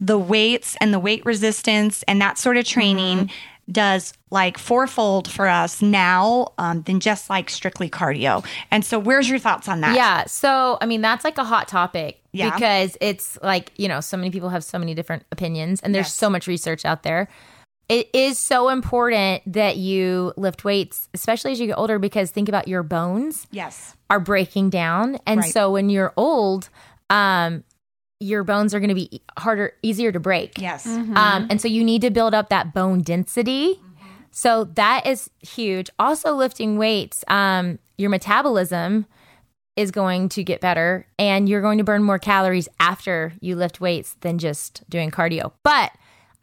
Speaker 2: the weights and the weight resistance and that sort of
Speaker 3: Mm-hmm.
Speaker 2: training does like fourfold for us now um, than just like strictly cardio. And so where's your thoughts on that?
Speaker 3: Yeah. So, I mean, that's like a hot topic
Speaker 2: Yeah.
Speaker 3: because it's like, you know, so many people have so many different opinions and there's
Speaker 2: Yes.
Speaker 3: so much research out there. It is so important that you lift weights, especially as you get older, because think about your bones
Speaker 2: Yes.
Speaker 3: are breaking down. And
Speaker 2: Right.
Speaker 3: so when you're old, um, your bones are going to be harder, easier to break.
Speaker 2: Yes.
Speaker 3: Um, and so you need to build up that bone density. So that is huge. Also, lifting weights, um, your metabolism is going to get better and you're going to burn more calories after you lift weights than just doing cardio. But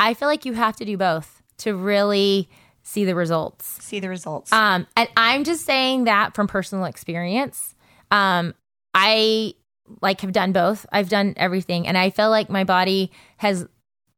Speaker 3: I feel like you have to do both to really see the results.
Speaker 2: See the results.
Speaker 3: Um, and I'm just saying that from personal experience. Um, I like have done both. I've done everything, and I feel like my body has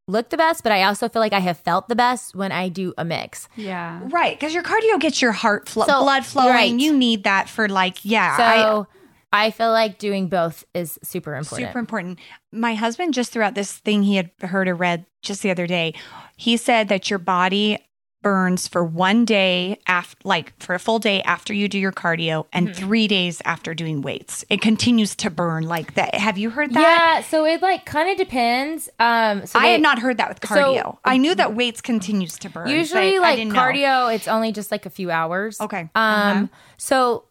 Speaker 3: looked the best, but I also feel like I have felt the best when I do a mix.
Speaker 1: Yeah.
Speaker 2: Right, because your cardio gets your heart flow,
Speaker 3: So-
Speaker 2: blood flowing.
Speaker 3: right.
Speaker 2: You need that for like, yeah, I-
Speaker 3: So I feel like doing both is super important.
Speaker 2: Super important. My husband just threw out this thing he had heard or read just the other day. He said that your body burns for one day after, like for a full day after you do your cardio, and
Speaker 3: Mm-hmm.
Speaker 2: three days after doing weights. It continues to burn like that. Have you heard that?
Speaker 3: yeah, so it like kind of depends. Um, so
Speaker 2: I
Speaker 3: they-
Speaker 2: had not heard that with
Speaker 3: so- mm-hmm.
Speaker 2: cardio. I knew that weights continues to burn.
Speaker 3: Usually,
Speaker 2: but I
Speaker 3: like
Speaker 2: didn't know.
Speaker 3: cardio, it's only just like a few hours.
Speaker 2: Okay.
Speaker 3: Um.
Speaker 2: Uh-huh.
Speaker 3: So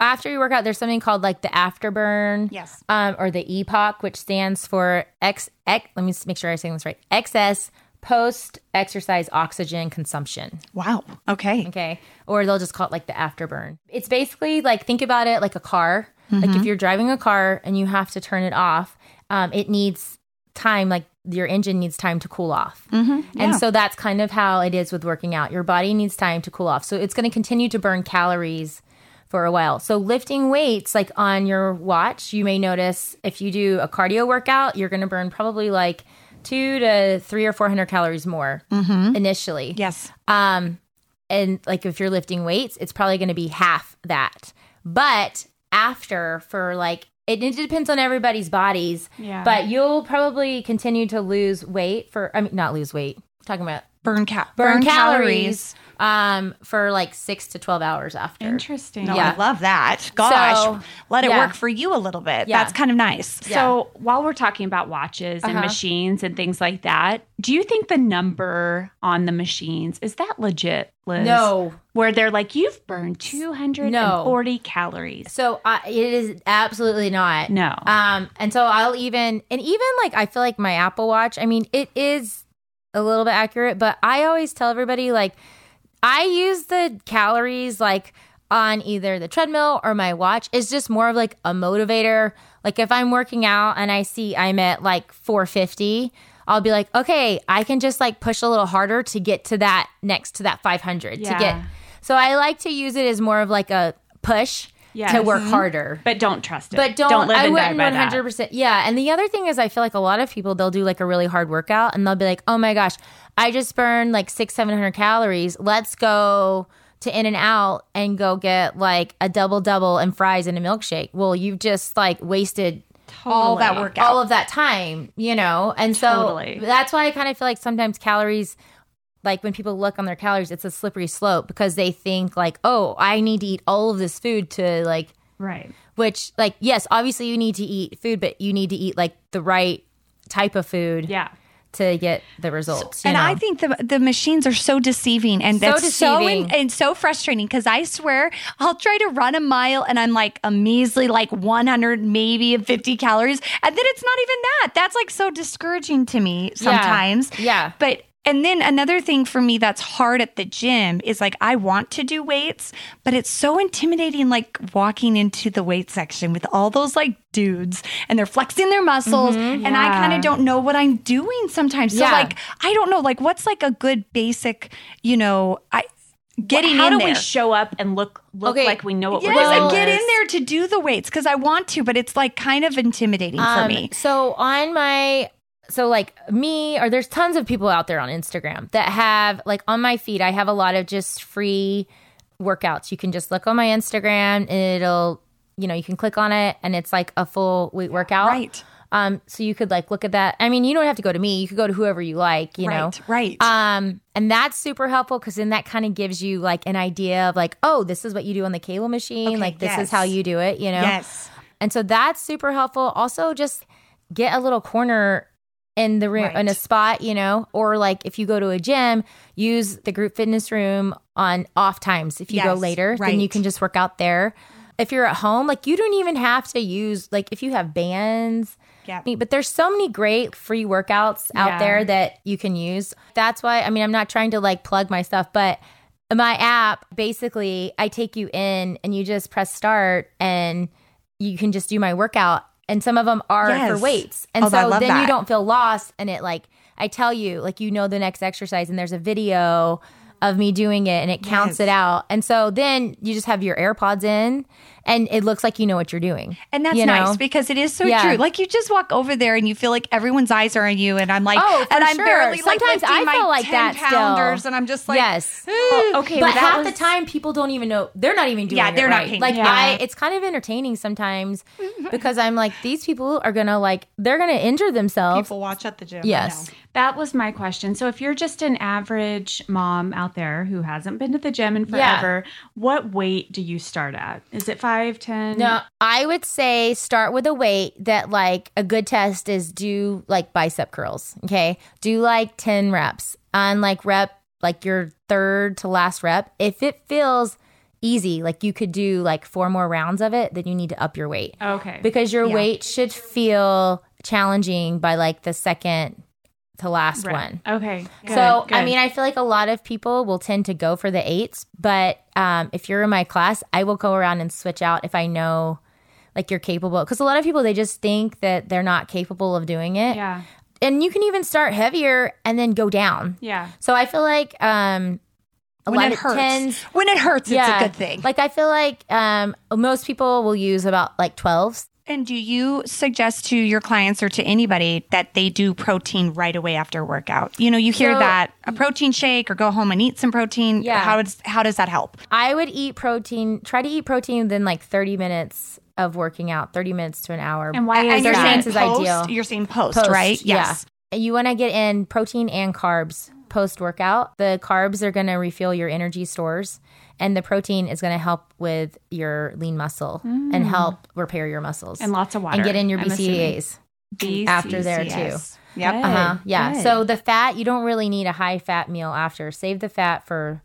Speaker 3: after you work out, there's something called like the afterburn.
Speaker 2: Yes.
Speaker 3: Um, or the EPOC, which stands for X. X let me s- make sure I say this right. Excess post exercise oxygen consumption.
Speaker 2: Wow. Okay.
Speaker 3: Okay. Or they'll just call it like the afterburn. It's basically like think about it like a car. Like if you're driving a car and you have to turn it off, um, it needs time, like your engine needs time to cool off. And so that's kind of how it is with working out. Your body needs time to cool off. So it's going to continue to burn calories for a while. So lifting weights like on your watch, you may notice if you do a cardio workout, you're going to burn probably like 2 to 3 or 400 calories more initially.
Speaker 2: Yes.
Speaker 3: Um, and like if you're lifting weights, it's probably going to be half that. But after, for like, it, it depends on everybody's bodies.
Speaker 1: Yeah.
Speaker 3: But you'll probably continue to lose weight for, I mean, not lose weight. talking about
Speaker 2: Burn cal.
Speaker 3: burn, calories, um, for like six to 12 hours after.
Speaker 1: Interesting.
Speaker 2: No,
Speaker 3: Yeah.
Speaker 2: I love that. Gosh,
Speaker 3: So,
Speaker 2: let it
Speaker 3: yeah.
Speaker 2: work for you a little bit.
Speaker 3: Yeah.
Speaker 2: That's kind of nice.
Speaker 1: So while we're talking about watches and
Speaker 3: Uh-huh.
Speaker 1: machines and things like that, do you think the number on the machines is that legit, Liz?
Speaker 3: No.
Speaker 1: Where they're like, you've burned 240 calories.
Speaker 3: So I, it is absolutely not.
Speaker 1: No.
Speaker 3: Um, and so I'll even and even like I feel like my Apple Watch. I mean, it is a little bit accurate, but I always tell everybody like I use the calories like on either the treadmill or my watch. It's just more of like a motivator. Like if I'm working out and I see I'm at like 450. I'll be like, okay, I can just like push a little harder to get to that next to that 500 to
Speaker 1: Yeah.
Speaker 3: get. So I like to use it as more of like a push to
Speaker 1: Yes.
Speaker 3: work harder.
Speaker 1: But don't trust it.
Speaker 3: But don't,
Speaker 1: live
Speaker 3: I
Speaker 1: and die
Speaker 3: wouldn't
Speaker 1: by
Speaker 3: one
Speaker 1: that.
Speaker 3: hundred percent. Yeah, and the other thing is, I feel like a lot of people they'll do like a really hard workout and they'll be like, "Oh my gosh, I just burned like six seven hundred calories. Let's go to In and Out and go get like a double double and fries and a milkshake." Well, you've just like wasted
Speaker 2: All that
Speaker 1: Totally.
Speaker 2: workout.
Speaker 3: all of that time, you know, and so
Speaker 1: Totally.
Speaker 3: that's why I kind of feel like sometimes calories. Like when people look on their calories, it's a slippery slope because they think like, "Oh, I need to eat all of this food to like
Speaker 1: Right.
Speaker 3: which like yes obviously you need to eat food but you need to eat like the right type of food
Speaker 1: Yeah.
Speaker 3: to get the results you
Speaker 2: and
Speaker 3: know?
Speaker 2: I think the the machines are so deceiving and
Speaker 3: So
Speaker 2: that's so in-
Speaker 3: deceiving.
Speaker 2: and so frustrating because I swear I'll try to run a mile and I'm like a measly like 100 maybe 50 calories and then it's not even that. That's like so discouraging to me sometimes.
Speaker 3: Yeah.
Speaker 2: But and then another thing for me that's hard at the gym is like I want to do weights, but it's so intimidating like walking into the weight section with all those like dudes and they're flexing their muscles and I kind of don't know what I'm doing sometimes. So
Speaker 3: Yeah.
Speaker 2: like I don't know like what's like a good basic, you know, I getting
Speaker 1: How
Speaker 2: in
Speaker 1: do
Speaker 2: there.
Speaker 1: we show up and look look
Speaker 3: Okay.
Speaker 1: like we know what
Speaker 2: yes,
Speaker 1: we're
Speaker 2: and
Speaker 1: doing?
Speaker 2: get in there to do the weights cuz I want to, but it's like kind of intimidating for
Speaker 3: Um,
Speaker 2: me.
Speaker 3: so on my so like me or there's tons of people out there on instagram that have like on my feed i have a lot of just free workouts you can just look on my instagram and it'll you know you can click on it and it's like a full weight workout
Speaker 2: Right.
Speaker 3: um so you could like look at that i mean you don't have to go to me you could go to whoever you like you know
Speaker 2: Right, right.
Speaker 3: Um, and that's super helpful because then that kind of gives you like an idea of like, oh, this is what you do on the cable machine.
Speaker 2: Okay,
Speaker 3: like this
Speaker 2: yes.
Speaker 3: is how you do it, you know?
Speaker 2: Yes.
Speaker 3: And so that's super helpful. Also, just get a little corner in the room
Speaker 2: Right.
Speaker 3: in a spot, you know, or like if you go to a gym, use the group fitness room on off times. If you go
Speaker 2: Yes,
Speaker 3: later, then
Speaker 2: right.
Speaker 3: you can just work out there. If you're at home, like you don't even have to use like if you have bands,
Speaker 2: Yeah.
Speaker 3: I mean, but there's so many great free workouts out
Speaker 1: Yeah.
Speaker 3: there that you can use. That's why, I mean, I'm not trying to like plug my stuff, but my app basically, I take you in and you just press start and you can just do my workout. And some of them are
Speaker 2: Yes.
Speaker 3: for weights. And
Speaker 2: Oh, I
Speaker 3: so
Speaker 2: love
Speaker 3: then you
Speaker 2: that.
Speaker 3: don't feel lost. And it like, I tell you, like, you know, the next exercise and there's a video of me doing it and it counts
Speaker 2: Yes.
Speaker 3: it out. And so then you just have your AirPods in and it looks like you know what you're doing.
Speaker 2: And that's
Speaker 3: you
Speaker 2: nice
Speaker 3: know?
Speaker 2: because it is so
Speaker 3: Yeah.
Speaker 2: true. Like you just walk over there and you feel like everyone's eyes are on you, and I'm like,
Speaker 3: Oh, for
Speaker 2: and I'm
Speaker 3: sure.
Speaker 2: barely like
Speaker 3: Sometimes
Speaker 2: lifting
Speaker 3: I
Speaker 2: my
Speaker 3: feel like
Speaker 2: 10
Speaker 3: that still.
Speaker 2: pounders, and I'm just like,
Speaker 3: Yes.
Speaker 2: "Ooh."
Speaker 1: Okay, well,
Speaker 3: but
Speaker 1: that
Speaker 3: half
Speaker 1: was-
Speaker 3: the time people don't even know they're not even doing
Speaker 2: Yeah,
Speaker 3: it
Speaker 2: they're not
Speaker 3: right.
Speaker 2: paying
Speaker 3: like
Speaker 1: attention.
Speaker 3: i it's kind of entertaining sometimes because i'm like these people are gonna like they're gonna injure themselves
Speaker 2: people watch at the gym. I
Speaker 3: yes
Speaker 2: know.
Speaker 1: That was my question. So, if you're just an average mom out there who hasn't been to the gym in
Speaker 3: Yeah.
Speaker 1: forever, what weight do you start at? Is it five, ten?
Speaker 3: no Uh, i would say start with a weight that like a good test is do like bicep curls okay do like 10 reps on like rep like your third to last rep if it feels easy like you could do like four more rounds of it then you need to up your weight
Speaker 1: Okay.
Speaker 3: because your weight should feel challenging by like the second to last
Speaker 1: Right.
Speaker 3: one.
Speaker 1: Okay. good,
Speaker 3: so, I
Speaker 1: good.
Speaker 3: mean, I feel like a lot of people will tend to go for the eights, but um, if you're in my class, I will go around and switch out if I know like you're capable. Because a lot of people, they just think that they're not capable of doing it.
Speaker 1: yeah.
Speaker 3: And you can even start heavier and then go down.
Speaker 1: Yeah.
Speaker 3: So, I feel like um, a
Speaker 2: when
Speaker 3: lot
Speaker 2: it
Speaker 3: of
Speaker 2: hurts,
Speaker 3: tens,
Speaker 2: when it hurts, it's a good thing.
Speaker 3: Like, I feel like um, most people will use about like 12s.
Speaker 2: and do you suggest to your clients or to anybody that they do protein right away after a workout? You know, you hear
Speaker 3: So-
Speaker 2: that a protein shake or go home and eat some protein.
Speaker 3: Yeah.
Speaker 2: how does how does that help?
Speaker 3: I would eat protein, try to eat protein within like 30 minutes of working out, 30 minutes to an hour.
Speaker 1: And why is
Speaker 2: and you're
Speaker 1: that?
Speaker 2: saying
Speaker 3: This is
Speaker 2: post,
Speaker 3: ideal.
Speaker 2: You're saying post,
Speaker 3: Post,
Speaker 2: right?
Speaker 3: yeah.
Speaker 2: Yes.
Speaker 3: And You want to get in protein and carbs post workout. The carbs are going to refill your energy stores, and the protein is going to help with your lean muscle and help repair your muscles.
Speaker 1: Mm. and lots of water.
Speaker 3: And get in your
Speaker 1: I'm assuming.
Speaker 3: BCAAs. after there, too.
Speaker 2: BCCS. Yep.
Speaker 1: Good,
Speaker 3: Uh huh. Yeah.
Speaker 1: good.
Speaker 3: So the fat, you don't really need a high fat meal after. Save the fat for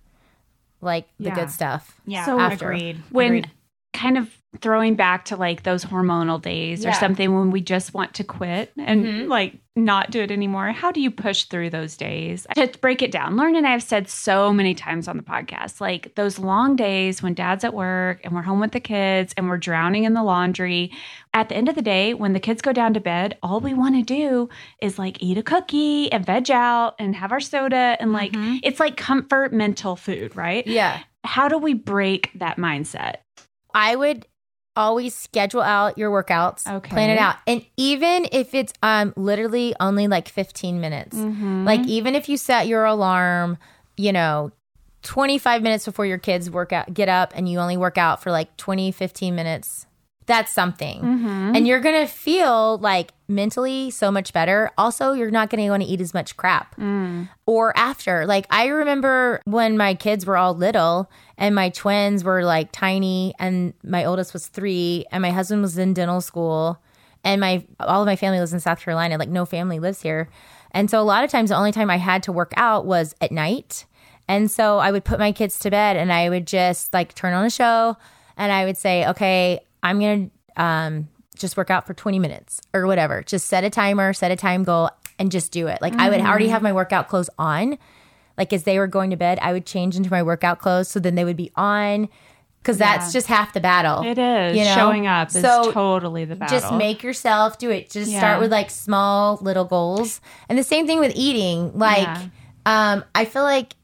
Speaker 3: like the
Speaker 1: Yeah.
Speaker 3: good stuff.
Speaker 2: Yeah.
Speaker 1: So-
Speaker 3: After.
Speaker 2: agreed.
Speaker 1: when
Speaker 3: Agreed.
Speaker 1: kind of throwing back to like those hormonal days or
Speaker 3: Yeah. Mm-hmm.
Speaker 1: something when we just want to quit and like not do it anymore how do you push through those days to break it down lauren and i have said so many times on the podcast like those long days when dad's at work and we're home with the kids and we're drowning in the laundry at the end of the day when the kids go down to bed all we want to do is like eat a cookie and veg out and have our soda and like
Speaker 2: Mm-hmm.
Speaker 1: it's like comfort mental food right
Speaker 3: Mm-hmm. Yeah.
Speaker 1: how do we break that mindset
Speaker 3: I would always schedule out your workouts,
Speaker 1: Okay.
Speaker 3: plan it out, and even if it's um literally only like 15 minutes,
Speaker 1: Mm-hmm.
Speaker 3: like even if you set your alarm, you know. 25 minutes before your kids work out get up and you only work out for like 20 15 minutes that's something
Speaker 1: Mm-hmm.
Speaker 3: and you're gonna feel like mentally so much better also you're not gonna want to eat as much crap or after. Like I remember when my kids were all little and my twins were like tiny and my oldest was 3 and my husband was in dental school and my all of my family lives in South Carolina, like no family lives here. And so a lot of times the only time I had to work out was at night. And so I would put my kids to bed and I would just like turn on a show and I would say, "Okay, I'm going to um just work out for 20 minutes or whatever. Just set a timer, set a time goal, and just do it. Like I would already have my workout clothes on. Like as they were going to bed, I would change into my workout clothes so then they would be on. Cause that's just half the battle.
Speaker 1: It is.
Speaker 3: you know?
Speaker 1: Showing up is
Speaker 3: So
Speaker 1: totally the battle.
Speaker 3: just make yourself do it. Just
Speaker 1: Yeah.
Speaker 3: start with like small little goals. And the same thing with eating. Like,
Speaker 1: Yeah.
Speaker 3: um, I feel like,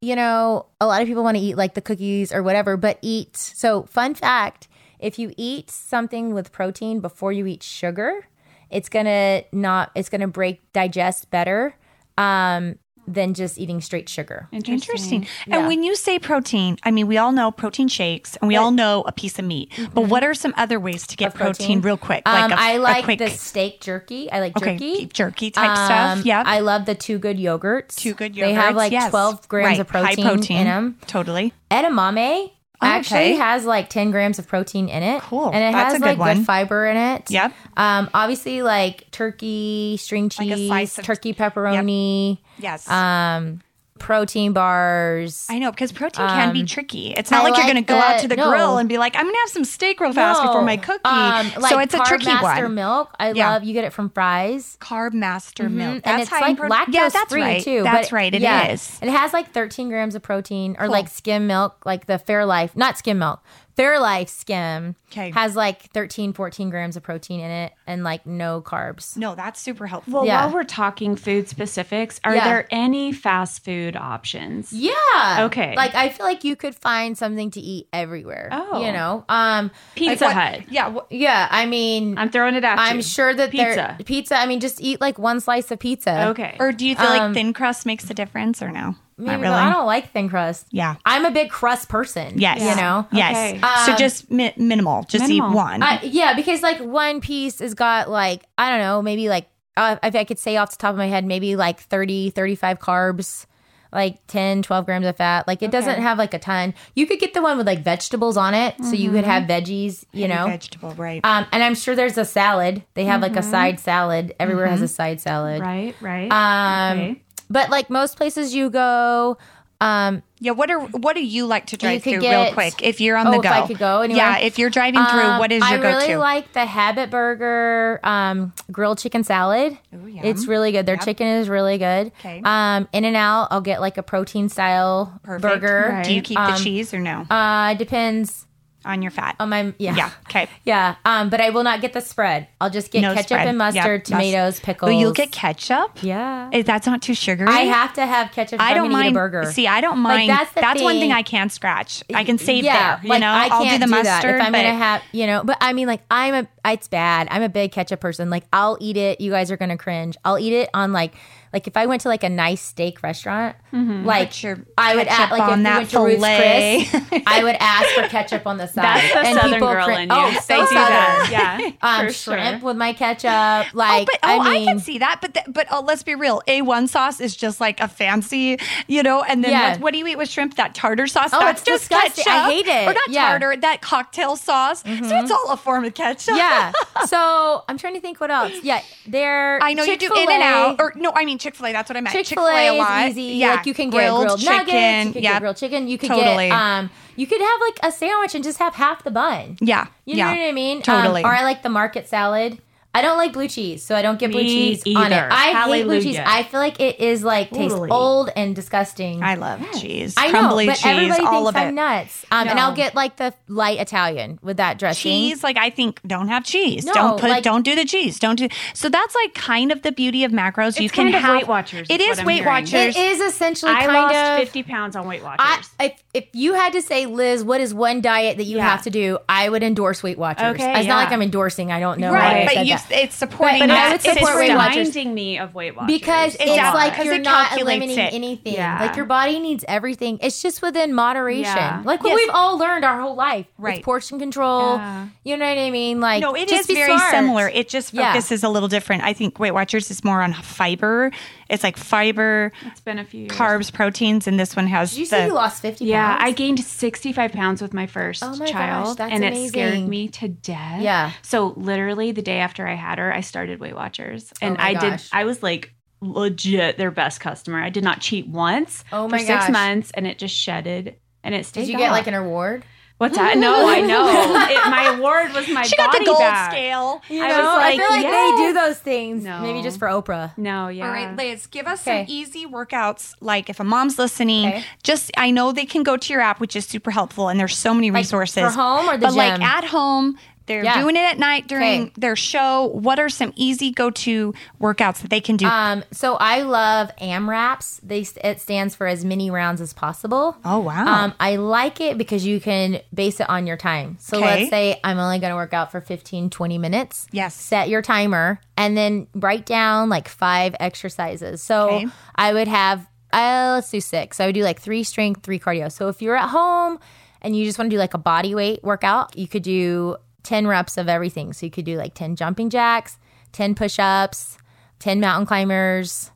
Speaker 3: you know, a lot of people want to eat like the cookies or whatever, but eat. So, fun fact if you eat something with protein before you eat sugar, it's gonna not, it's gonna break, digest better um, than just eating straight sugar.
Speaker 2: Interesting.
Speaker 3: Yeah.
Speaker 2: And when you say protein, I mean, we all know protein shakes and we all know a piece of meat. But what are some other ways to get
Speaker 3: Mm-hmm. Of protein?
Speaker 2: protein? real quick?
Speaker 3: Um,
Speaker 2: a-
Speaker 3: I
Speaker 2: a
Speaker 3: like
Speaker 2: quick-
Speaker 3: the steak jerky. I like
Speaker 2: Okay,
Speaker 3: jerky.
Speaker 2: jerky type stuff.
Speaker 3: Um,
Speaker 2: Yep.
Speaker 3: I love the two good yogurts.
Speaker 2: Two good yogurts.
Speaker 3: They have like
Speaker 2: yes.
Speaker 3: 12 grams
Speaker 2: Right,
Speaker 3: of protein,
Speaker 2: High protein
Speaker 3: in them.
Speaker 2: Totally.
Speaker 3: Edamame actually
Speaker 2: Okay.
Speaker 3: has like 10 grams of protein in it.
Speaker 2: Cool.
Speaker 3: And it
Speaker 2: That's
Speaker 3: has
Speaker 2: a good
Speaker 3: like
Speaker 2: one.
Speaker 3: good fiber in it.
Speaker 2: Yep.
Speaker 3: Um, obviously, like turkey, string
Speaker 2: Like
Speaker 3: cheese,
Speaker 2: a slice of-
Speaker 3: turkey pepperoni,
Speaker 2: Yes.
Speaker 3: um, protein bars.
Speaker 2: Uh, I know because protein can be tricky. It's not
Speaker 3: Um, I
Speaker 2: like, you're
Speaker 3: like
Speaker 2: going to go out
Speaker 3: the-
Speaker 2: to the
Speaker 3: no.
Speaker 2: grill and be like, I'm going to have some steak real fast before
Speaker 3: No.
Speaker 2: my cookie.
Speaker 3: Um, like
Speaker 2: so it's a
Speaker 3: Carb
Speaker 2: tricky
Speaker 3: Master
Speaker 2: one.
Speaker 3: milk. I
Speaker 2: Yeah.
Speaker 3: love. You get it from fries.
Speaker 2: Carb Master milk.
Speaker 3: Mm, and
Speaker 2: That's
Speaker 3: it's
Speaker 2: high in
Speaker 3: like
Speaker 2: protein.
Speaker 3: lactose
Speaker 2: yeah, that's
Speaker 3: free
Speaker 2: right.
Speaker 3: too.
Speaker 2: That's
Speaker 3: but-
Speaker 2: right. It is.
Speaker 3: yeah. It has like 13 grams of protein, or like skim milk, like the Fairlife, not skim milk, Fair Life skim
Speaker 2: 'Kay.
Speaker 3: has like 13, 14 grams of protein in it and like no carbs.
Speaker 2: No, that's super helpful.
Speaker 1: Well,
Speaker 3: Yeah.
Speaker 1: while we're talking food specifics, are
Speaker 3: Yeah.
Speaker 1: there any fast food options?
Speaker 3: Yeah.
Speaker 1: Okay.
Speaker 3: Like I feel like you could find something to eat everywhere.
Speaker 1: Oh.
Speaker 3: You know? Um
Speaker 1: Pizza
Speaker 3: like what-
Speaker 1: Hut.
Speaker 2: yeah, wh-
Speaker 3: Yeah, I mean
Speaker 1: I'm throwing it out.
Speaker 3: I'm sure that
Speaker 1: pizza.
Speaker 3: there pizza. I mean, just eat like one slice of pizza.
Speaker 1: Okay.
Speaker 2: or do you feel
Speaker 3: Um,
Speaker 2: like thin crust makes a difference or no?
Speaker 3: Maybe,
Speaker 2: Not
Speaker 3: but
Speaker 2: really.
Speaker 3: I don't like thin crust.
Speaker 2: Yeah.
Speaker 3: I'm a big crust person.
Speaker 2: Yes.
Speaker 3: You know?
Speaker 2: Yes.
Speaker 1: Okay.
Speaker 2: so
Speaker 3: Um,
Speaker 2: just mi- minimal. Just
Speaker 1: Minimal.
Speaker 2: eat one.
Speaker 3: I, yeah, because like one piece has got like, I don't know, maybe like, uh, if I could say off the top of my head, maybe like 30, 35 carbs, like 10, 12 grams of fat. Like it doesn't have like a ton. You could get the one with like vegetables on it. So you
Speaker 1: Mm-hmm.
Speaker 3: could have veggies, you know?
Speaker 2: vegetable, right?
Speaker 3: Um, and I'm sure there's a salad. They have like a side salad. Everywhere has a side salad.
Speaker 1: Mm-hmm. right, right.
Speaker 3: Um,
Speaker 1: Okay.
Speaker 3: But like most places you go, um,
Speaker 2: yeah. What are what do you like to drive
Speaker 3: could
Speaker 2: through real
Speaker 3: get-
Speaker 2: quick if you're on
Speaker 3: Oh,
Speaker 2: the
Speaker 3: if
Speaker 2: go?
Speaker 3: I could go anywhere?
Speaker 2: Yeah. If you're driving through,
Speaker 3: Um,
Speaker 2: what is your
Speaker 3: I
Speaker 2: go-to?
Speaker 3: really like the Habit Burger um, grilled chicken salad.
Speaker 2: yum.
Speaker 3: it's really good. Their chicken is really good.
Speaker 2: 'Kay.
Speaker 3: Um, In and Out, I'll get like a protein style
Speaker 2: Perfect.
Speaker 3: burger. Um,
Speaker 1: Right.
Speaker 2: Do you keep the cheese or no
Speaker 3: Uh, it depends
Speaker 2: on your fat?
Speaker 3: on my yeah.
Speaker 2: yeah. Okay.
Speaker 3: Yeah, um, but I will not get the spread. I'll just get
Speaker 2: No
Speaker 3: ketchup
Speaker 2: spread.
Speaker 3: and mustard,
Speaker 2: Yeah, that's-
Speaker 3: tomatoes, pickles.
Speaker 2: Oh, you'll get ketchup.
Speaker 3: yeah.
Speaker 2: Is that's not too sugary?
Speaker 3: I have to have ketchup. If
Speaker 2: I
Speaker 3: I'm
Speaker 2: don't
Speaker 3: gonna
Speaker 2: mind.
Speaker 3: Eat a burger.
Speaker 2: See, I don't
Speaker 3: Like,
Speaker 2: mind.
Speaker 3: that's the
Speaker 2: one thing
Speaker 3: thing.
Speaker 2: I can scratch. I can save there. You
Speaker 3: like,
Speaker 2: know,
Speaker 3: I
Speaker 2: will do
Speaker 3: can't
Speaker 2: the mustard.
Speaker 3: that if I'm
Speaker 2: but
Speaker 3: gonna have, you know. But I mean, like, I'm a, it's bad. I'm a big ketchup person. Like, I'll eat it. You guys are gonna cringe. I'll eat it on like, like if I went to like a nice steak restaurant, like
Speaker 2: Mm-hmm. Put your
Speaker 3: I would
Speaker 2: ketchup
Speaker 3: add like
Speaker 2: on
Speaker 3: if
Speaker 2: that
Speaker 3: you went to Ruth's
Speaker 2: filet.
Speaker 3: Chris, I would ask for ketchup on the side.
Speaker 1: That's the
Speaker 3: and
Speaker 1: Southern
Speaker 3: people
Speaker 1: girl
Speaker 3: crin-
Speaker 1: in you.
Speaker 3: Oh,
Speaker 1: they
Speaker 3: so
Speaker 1: do
Speaker 3: southern.
Speaker 1: that. Yeah.
Speaker 3: Um,
Speaker 1: for
Speaker 3: shrimp
Speaker 1: sure.
Speaker 3: with my ketchup. Like,
Speaker 2: but oh, I,
Speaker 3: mean,
Speaker 2: can see that. But th- but oh, let's be real. A one sauce is just like a fancy, you know. And then
Speaker 3: Yeah.
Speaker 2: what, what do you eat with shrimp? That tartar sauce.
Speaker 3: Oh,
Speaker 2: that's
Speaker 3: it's
Speaker 2: just
Speaker 3: disgusting.
Speaker 2: ketchup.
Speaker 3: I hate it.
Speaker 2: Or not
Speaker 3: Yeah. Mm-hmm.
Speaker 2: tartar. That cocktail sauce. So it's all a form of ketchup.
Speaker 3: yeah. So I'm trying to think what else. Yeah, they're
Speaker 2: I know you do in and out, or no, I mean Chick Fil A. That's what I meant.
Speaker 3: Chick
Speaker 2: Chick
Speaker 3: Fil
Speaker 2: Fil
Speaker 3: A
Speaker 2: a lot.
Speaker 3: is easy. Like you can get grilled, nuggets, you can
Speaker 2: yeah,
Speaker 3: get grilled chicken, you could
Speaker 2: Totally.
Speaker 3: get um, you could have like a sandwich and just have half the bun.
Speaker 2: yeah,
Speaker 3: you
Speaker 2: yeah.
Speaker 3: know what I mean. Um,
Speaker 2: Totally.
Speaker 3: or I like the market salad. I don't like blue cheese, so I don't get blue
Speaker 1: Me
Speaker 3: cheese on it.
Speaker 1: either.
Speaker 3: I hate blue cheese.
Speaker 1: Hallelujah.
Speaker 3: I feel like it is like
Speaker 1: Totally.
Speaker 3: tastes old and disgusting.
Speaker 2: I love cheese,
Speaker 3: I know,
Speaker 2: crumbly
Speaker 3: but
Speaker 2: cheese,
Speaker 3: everybody
Speaker 2: all of
Speaker 3: thinks
Speaker 2: it.
Speaker 3: I'm nuts. Um, and I'll
Speaker 1: No.
Speaker 3: get like the light Italian with that dressing.
Speaker 2: cheese like i think don't have cheese
Speaker 3: No,
Speaker 2: don't put
Speaker 3: like-
Speaker 2: don't do the cheese don't do so that's like kind of the beauty of macros you
Speaker 1: It's
Speaker 2: can
Speaker 1: kind of
Speaker 2: have
Speaker 1: Weight Watchers is
Speaker 2: it is
Speaker 1: what I'm
Speaker 2: weight
Speaker 1: hearing.
Speaker 2: watchers
Speaker 3: It is essentially
Speaker 1: I
Speaker 3: kind
Speaker 1: lost
Speaker 3: of
Speaker 1: 50 pounds on Weight
Speaker 3: I,
Speaker 1: Watchers.
Speaker 3: if if you had to say, Liz, what is one diet that you
Speaker 1: Yeah.
Speaker 3: have to do? I would endorse Weight Watchers.
Speaker 1: Okay,
Speaker 3: it's not
Speaker 1: yeah.
Speaker 3: like I'm endorsing. I don't know. why I
Speaker 2: right but
Speaker 3: said
Speaker 2: you
Speaker 3: that.
Speaker 2: it's supporting
Speaker 3: But
Speaker 2: that
Speaker 3: I would support
Speaker 2: system.
Speaker 3: Weight
Speaker 1: it's
Speaker 3: Watchers.
Speaker 1: reminding me of Weight Watchers
Speaker 3: because
Speaker 1: a
Speaker 3: it's
Speaker 1: lot.
Speaker 3: like
Speaker 2: Because
Speaker 3: you're
Speaker 2: it
Speaker 3: not
Speaker 2: calculates
Speaker 3: eliminating
Speaker 2: it.
Speaker 3: anything.
Speaker 1: Yeah.
Speaker 3: Like your body needs everything. It's just within moderation.
Speaker 1: Yeah.
Speaker 3: Like what
Speaker 2: Yes.
Speaker 3: we've all learned our whole life.
Speaker 2: Right.
Speaker 3: It's portion control.
Speaker 1: Yeah.
Speaker 3: You know what I mean? Like
Speaker 2: no it
Speaker 3: just
Speaker 2: is
Speaker 3: be
Speaker 2: very
Speaker 3: smart.
Speaker 2: similar it just
Speaker 3: Yeah.
Speaker 2: focuses a little different i think weight watchers is more on fiber it's like fiber
Speaker 1: it's been a few years.
Speaker 2: carbs proteins and this one has
Speaker 3: Did you
Speaker 2: the,
Speaker 3: say you lost fifty?
Speaker 1: Yeah,
Speaker 3: pounds?
Speaker 1: I gained 65 pounds with my first
Speaker 3: Oh my gosh,
Speaker 1: child,
Speaker 3: that's
Speaker 1: and it scared
Speaker 3: amazing.
Speaker 1: me to death.
Speaker 3: Yeah.
Speaker 1: So literally, the day after I had her, I started Weight Watchers, and
Speaker 3: Oh my
Speaker 1: I did.
Speaker 3: gosh.
Speaker 1: I was like legit their best customer. I did not cheat once
Speaker 3: Oh
Speaker 1: for
Speaker 3: my
Speaker 1: six
Speaker 3: gosh.
Speaker 1: months, and it just shedded. And it stayed.
Speaker 3: Did you get
Speaker 1: off.
Speaker 3: like an award?
Speaker 1: What's that? No, I know. It, my award was my
Speaker 2: she got
Speaker 1: body
Speaker 2: the gold
Speaker 1: back.
Speaker 2: scale
Speaker 3: You
Speaker 1: I
Speaker 3: know,
Speaker 1: was
Speaker 3: I
Speaker 1: like,
Speaker 3: feel like
Speaker 1: yes.
Speaker 3: they do those things.
Speaker 1: No.
Speaker 3: Maybe just for Oprah.
Speaker 1: No, yeah.
Speaker 2: All right, Liz, give us
Speaker 3: Uh, Okay.
Speaker 2: some easy workouts. Like if a mom's listening,
Speaker 3: Okay.
Speaker 2: just I know they can go to your app, which is super helpful, and there's so many resources
Speaker 3: for home or the
Speaker 2: but like
Speaker 3: gym?
Speaker 2: at home, they're
Speaker 3: Yeah.
Speaker 2: doing it at night during
Speaker 3: Okay.
Speaker 2: their show. What are some easy go-to workouts that they can do?
Speaker 3: Um, so I love AMRAPs. They it stands for as many rounds as possible.
Speaker 2: oh wow,
Speaker 3: Um, I like it because you can base it on your time. So
Speaker 2: Okay.
Speaker 3: let's say I'm only going to work out for 15, 20 minutes.
Speaker 2: Yes.
Speaker 3: Set your timer and then write down like five exercises. So
Speaker 2: Okay.
Speaker 3: I would have, uh, let's do six. I would do like three strength, three cardio. So if you're at home and you just want to do like a body weight workout, you could do 10 reps of everything. So you could do like 10 jumping jacks, 10 push ups, 10 mountain climbers,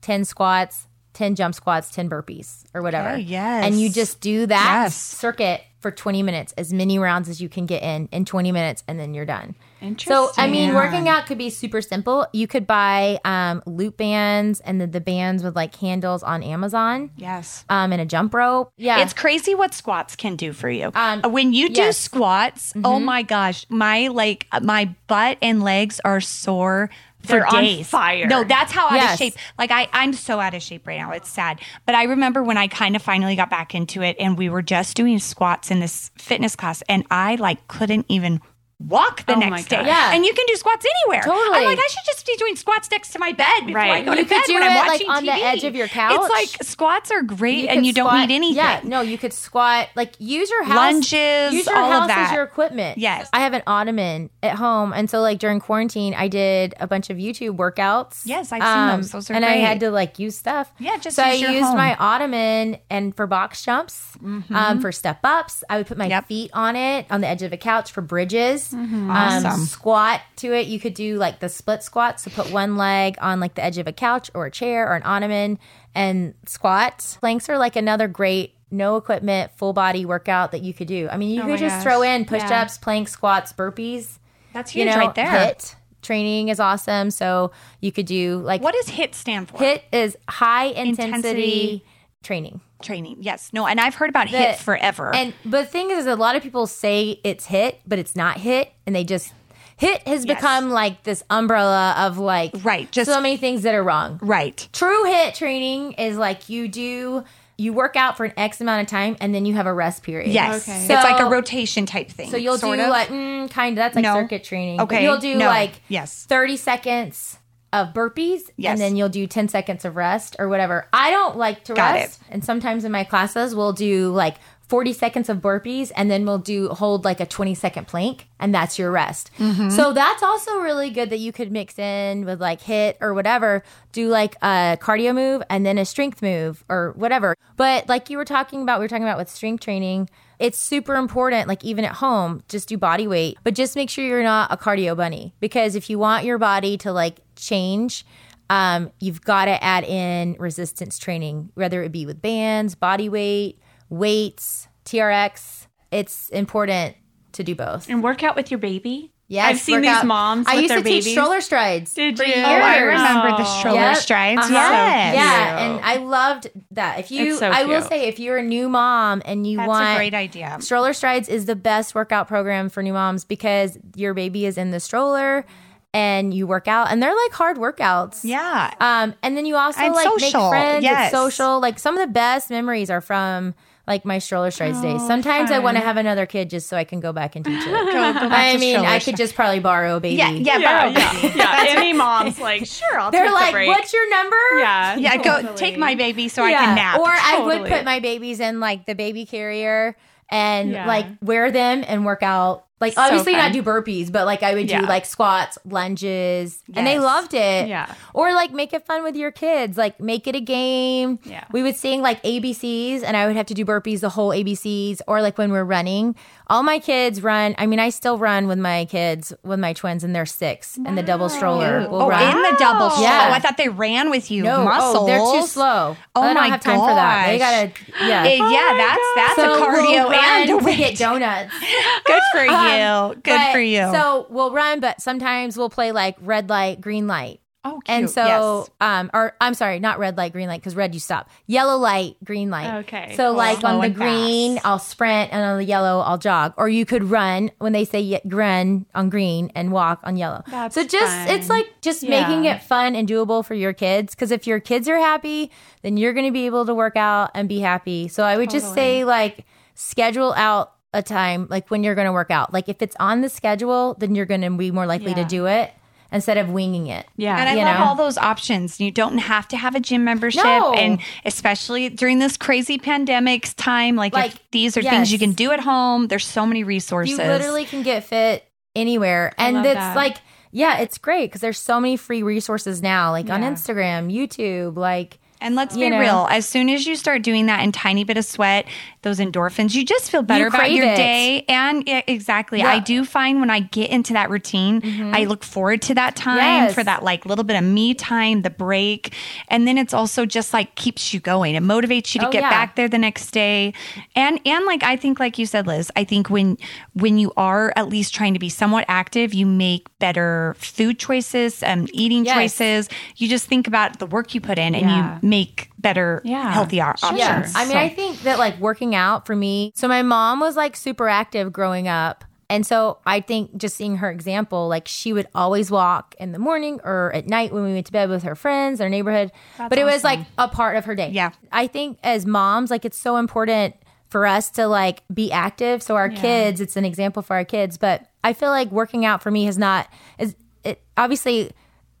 Speaker 3: 10 squats, 10 jump squats, 10 burpees or whatever.
Speaker 2: Okay, yes.
Speaker 3: And you just do that
Speaker 2: Yes.
Speaker 3: circuit for 20 minutes, as many rounds as you can get in in 20 minutes, and then you're done.
Speaker 1: Interesting.
Speaker 3: So, I mean, working out could be super simple. You could buy um, loop bands and the, the bands with like handles on Amazon
Speaker 2: yes.
Speaker 3: um, and a jump rope. Yeah.
Speaker 2: It's crazy what squats can do for you. Uh,
Speaker 3: Um,
Speaker 2: when you do
Speaker 3: yes. Mm-hmm.
Speaker 2: uh, squats, oh my gosh, my like my butt and legs are sore for
Speaker 1: They're on
Speaker 2: days.
Speaker 1: fire.
Speaker 2: No, that's how out of
Speaker 3: Yes.
Speaker 2: shape. Like I, I'm so out of shape right now. It's sad. But I remember when I kind of finally got back into it, and we were just doing squats in this fitness class, and I like couldn't even walk the
Speaker 1: Oh my
Speaker 2: next day.
Speaker 1: gosh.
Speaker 3: Yeah.
Speaker 2: And you can do squats anywhere. I'm
Speaker 3: Totally.
Speaker 2: like, I should just be doing squats next to my bed before I
Speaker 1: Right.
Speaker 2: go to
Speaker 3: You could
Speaker 2: bed
Speaker 3: do
Speaker 2: when
Speaker 3: it,
Speaker 2: I'm
Speaker 3: like,
Speaker 2: watching
Speaker 3: on the
Speaker 2: TV.
Speaker 3: edge of your couch.
Speaker 2: It's like squats are great,
Speaker 3: You
Speaker 2: and
Speaker 3: could
Speaker 2: you don't
Speaker 3: squat-
Speaker 2: need anything.
Speaker 3: Yeah, no, you could squat. Like use your house
Speaker 2: Lunges,
Speaker 3: Use your
Speaker 2: all of
Speaker 3: house
Speaker 2: that.
Speaker 3: as your equipment.
Speaker 2: Yes.
Speaker 3: I have an ottoman at home, and so like during quarantine, I did a bunch of YouTube workouts. Um,
Speaker 2: Yes, I've seen those. Those are
Speaker 3: and I
Speaker 2: great.
Speaker 3: had to like use stuff.
Speaker 2: Yeah, just
Speaker 3: so
Speaker 2: use
Speaker 3: I
Speaker 2: your
Speaker 3: used
Speaker 2: home. Mm-hmm.
Speaker 3: my ottoman and for box jumps, um, for step ups. I would put my
Speaker 2: Yep. Mm-hmm.
Speaker 3: feet on it on the edge of a couch for bridges. Um,
Speaker 2: Awesome.
Speaker 3: squat to it. You could do like the split squat. So put one leg on like the edge of a couch or a chair or an ottoman and squat. Planks are like another great no equipment full body workout that you could do. I mean, you
Speaker 2: Oh my
Speaker 3: could just
Speaker 2: gosh.
Speaker 3: throw in push ups, planks, squats, burpees.
Speaker 2: That's
Speaker 3: You
Speaker 2: huge
Speaker 3: know,
Speaker 2: right there.
Speaker 3: HIT training is awesome. So you could do like
Speaker 2: What does HIT stand for?
Speaker 3: HIT is high
Speaker 2: Intensity.
Speaker 3: intensity training.
Speaker 2: training. Yes. No, and I've heard about
Speaker 3: The-
Speaker 2: HIT forever.
Speaker 3: And but the thing is, is a lot of people say it's hit, but it's not hit, and they just hit has
Speaker 2: Yes.
Speaker 3: become like this umbrella of like
Speaker 2: Right, just-
Speaker 3: so many things that are wrong.
Speaker 2: right.
Speaker 3: True hit training is like you do you work out for an X amount of time, and then you have a rest period.
Speaker 2: Yes.
Speaker 1: Okay.
Speaker 2: it's like a
Speaker 3: So-
Speaker 2: rotation type thing.
Speaker 3: So you'll
Speaker 2: sort
Speaker 3: do
Speaker 2: of.
Speaker 3: like mm, kind of that's like
Speaker 2: No.
Speaker 3: circuit training. But
Speaker 2: Okay.
Speaker 3: You'll do
Speaker 2: No.
Speaker 3: like
Speaker 2: Yes.
Speaker 3: thirty seconds of burpees,
Speaker 2: Yes.
Speaker 3: and then you'll do ten seconds of rest or whatever. I don't like to
Speaker 2: Got
Speaker 3: rest, and sometimes in my classes we'll do like forty seconds of burpees, and then we'll do hold like a twenty second plank, and that's your rest. So that's also really good that you could mix in with like hit or whatever. Do like a cardio move and then a strength move or whatever. But like you were talking about, we were talking about with strength training it's super important like even at home just do body weight but just make sure you're not a cardio bunny because if you want your body to like change um, you've got to add in resistance training whether it be with bands body weight weights trx it's important to do both
Speaker 1: And work out with your baby.
Speaker 3: yes
Speaker 1: I've seen
Speaker 3: work
Speaker 1: these
Speaker 3: out.
Speaker 1: moms.
Speaker 3: i
Speaker 1: with
Speaker 3: used
Speaker 1: their
Speaker 3: to
Speaker 1: babies.
Speaker 3: teach stroller strides
Speaker 1: Did
Speaker 3: for
Speaker 1: you? Oh,
Speaker 3: years.
Speaker 1: I
Speaker 2: Oh, I
Speaker 1: Yours.
Speaker 2: remember the
Speaker 1: Oh.
Speaker 2: stroller
Speaker 3: Yep.
Speaker 2: strides.
Speaker 3: Uh-huh.
Speaker 2: Yes.
Speaker 3: Yeah, and I loved that. If you,
Speaker 1: It's so
Speaker 3: I will
Speaker 1: cute.
Speaker 3: say, if you're a new mom and you
Speaker 2: That's
Speaker 3: want
Speaker 2: a great idea.
Speaker 3: Stroller Strides is the best workout program for new moms because your baby is in the stroller and you work out and they're like hard workouts.
Speaker 2: Yeah.
Speaker 3: Um and then you also
Speaker 2: And
Speaker 3: like
Speaker 2: social,
Speaker 3: make friends,
Speaker 2: yes.
Speaker 3: it's social. Like some of the best memories are from like my stroller strides
Speaker 2: Oh,
Speaker 3: days. Sometimes I want to have another kid just so I can go back and teach it. I mean, I could just probably borrow a baby.
Speaker 2: Yeah. Yeah.
Speaker 1: Yeah,
Speaker 2: borrow
Speaker 1: yeah,
Speaker 2: baby.
Speaker 1: yeah. Any mom's like, sure, I'll
Speaker 3: They're
Speaker 1: take
Speaker 3: like,
Speaker 1: a break.
Speaker 3: "What's your number?"
Speaker 1: yeah,
Speaker 2: Yeah. Go take my baby so I can nap.
Speaker 3: Or I would
Speaker 1: Totally.
Speaker 3: put my babies in like the baby carrier and
Speaker 1: Yeah.
Speaker 3: like wear them and work out. Like obviously
Speaker 1: fun.
Speaker 3: not do burpees, but like I would
Speaker 1: Yeah.
Speaker 3: do like squats, lunges, and they
Speaker 2: Yes.
Speaker 3: loved it.
Speaker 1: Yeah.
Speaker 3: Or like make it fun with your kids. Like make it a game.
Speaker 1: Yeah.
Speaker 3: We would sing like ABCs and I would have to do burpees the whole ABCs or like when we're running. All my kids run. I mean, I still run with my kids, with my twins and they're six and the double stroller. will
Speaker 2: oh,
Speaker 3: run.
Speaker 2: in the double stroller.
Speaker 3: Yeah.
Speaker 2: Oh, I thought they ran with you.
Speaker 3: No,
Speaker 2: Muscles.
Speaker 3: oh, they're too slow.
Speaker 2: Oh
Speaker 3: I don't
Speaker 2: my
Speaker 3: have time for that. They
Speaker 2: gosh.
Speaker 3: gotta, yeah.
Speaker 1: Oh
Speaker 2: Eh, yeah, that's that's a
Speaker 3: So
Speaker 2: cardio
Speaker 3: we'll
Speaker 2: and a
Speaker 3: run to
Speaker 2: weight.
Speaker 3: get donuts.
Speaker 2: Good for you.
Speaker 3: Um,
Speaker 2: Good
Speaker 3: But-
Speaker 2: for you.
Speaker 3: So we'll run, but sometimes we'll play like red light, green light.
Speaker 2: oh,
Speaker 3: And
Speaker 2: cute.
Speaker 3: so,
Speaker 2: Yes.
Speaker 3: um, or I'm sorry, not red light, green light, because red you stop. Yellow light, green light.
Speaker 1: Okay.
Speaker 3: So like
Speaker 2: Slow
Speaker 3: on the
Speaker 2: and
Speaker 3: green,
Speaker 2: fast.
Speaker 3: I'll sprint, and on the yellow, I'll jog. Or you could run when they say ye- run on green and walk on yellow.
Speaker 1: That's
Speaker 3: so just
Speaker 1: fun.
Speaker 3: it's like just
Speaker 1: Yeah.
Speaker 3: making it fun and doable for your kids. Because if your kids are happy, then you're going to be able to work out and be happy. So I would just say like schedule out a time like when you're going to work out. Like if it's on the schedule, then you're going to be more likely to
Speaker 1: Yeah.
Speaker 3: do it instead of winging it.
Speaker 1: Yeah.
Speaker 2: And I
Speaker 3: you
Speaker 2: love
Speaker 3: know?
Speaker 2: all those options. You don't have to have a gym membership.
Speaker 3: No.
Speaker 2: And especially during this crazy pandemic time, like, if
Speaker 3: Like,
Speaker 2: these are things you
Speaker 3: yes.
Speaker 2: can do at home. There's so many resources.
Speaker 3: You literally can get fit anywhere. and
Speaker 1: love
Speaker 3: it's
Speaker 1: that.
Speaker 3: like, yeah, it's great because there's so many free resources now, like on Instagram, YouTube, like
Speaker 2: and let's
Speaker 3: you
Speaker 2: be
Speaker 3: know.
Speaker 2: real, as soon as you start doing that and tiny bit of sweat, those endorphins, you just feel better
Speaker 3: You
Speaker 2: about
Speaker 3: crave
Speaker 2: your
Speaker 3: it.
Speaker 2: day. And yeah, exactly. I
Speaker 3: Yeah. Mm-hmm.
Speaker 2: do find when I get into that routine, I look forward to that time
Speaker 3: Yes.
Speaker 2: for that like little bit of me time, the break. And then it's also just like keeps you going. It motivates you to
Speaker 3: Oh,
Speaker 2: get
Speaker 3: yeah.
Speaker 2: back there the next day. And and like I think like you said Liz, I think when when you are at least trying to be somewhat active, you make better food choices, um eating
Speaker 3: Yes.
Speaker 2: choices. You just think about the work you put in and
Speaker 1: Yeah.
Speaker 2: you make better
Speaker 1: Yeah.
Speaker 2: healthier options.
Speaker 3: Yeah. I mean,
Speaker 2: So-
Speaker 3: I think that like working out for me. So my mom was like super active growing up. And so I think just seeing her example, like she would always walk in the morning or at night when we went to bed with her friends, our neighborhood. but it was like a part of her day.
Speaker 2: Yeah.
Speaker 3: I think as moms, like it's so important for us to like be active. So our kids, it's an example for our kids. But I feel like working out for me has not is it obviously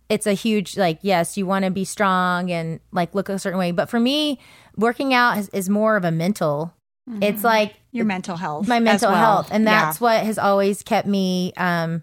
Speaker 3: it's a huge like yes you want to be strong and like look a certain way but for me working out is, is more of a mental it's like
Speaker 2: Your mental health.
Speaker 3: my
Speaker 2: as
Speaker 3: mental
Speaker 2: well.
Speaker 3: health and
Speaker 2: Yeah.
Speaker 3: that's what has always kept me um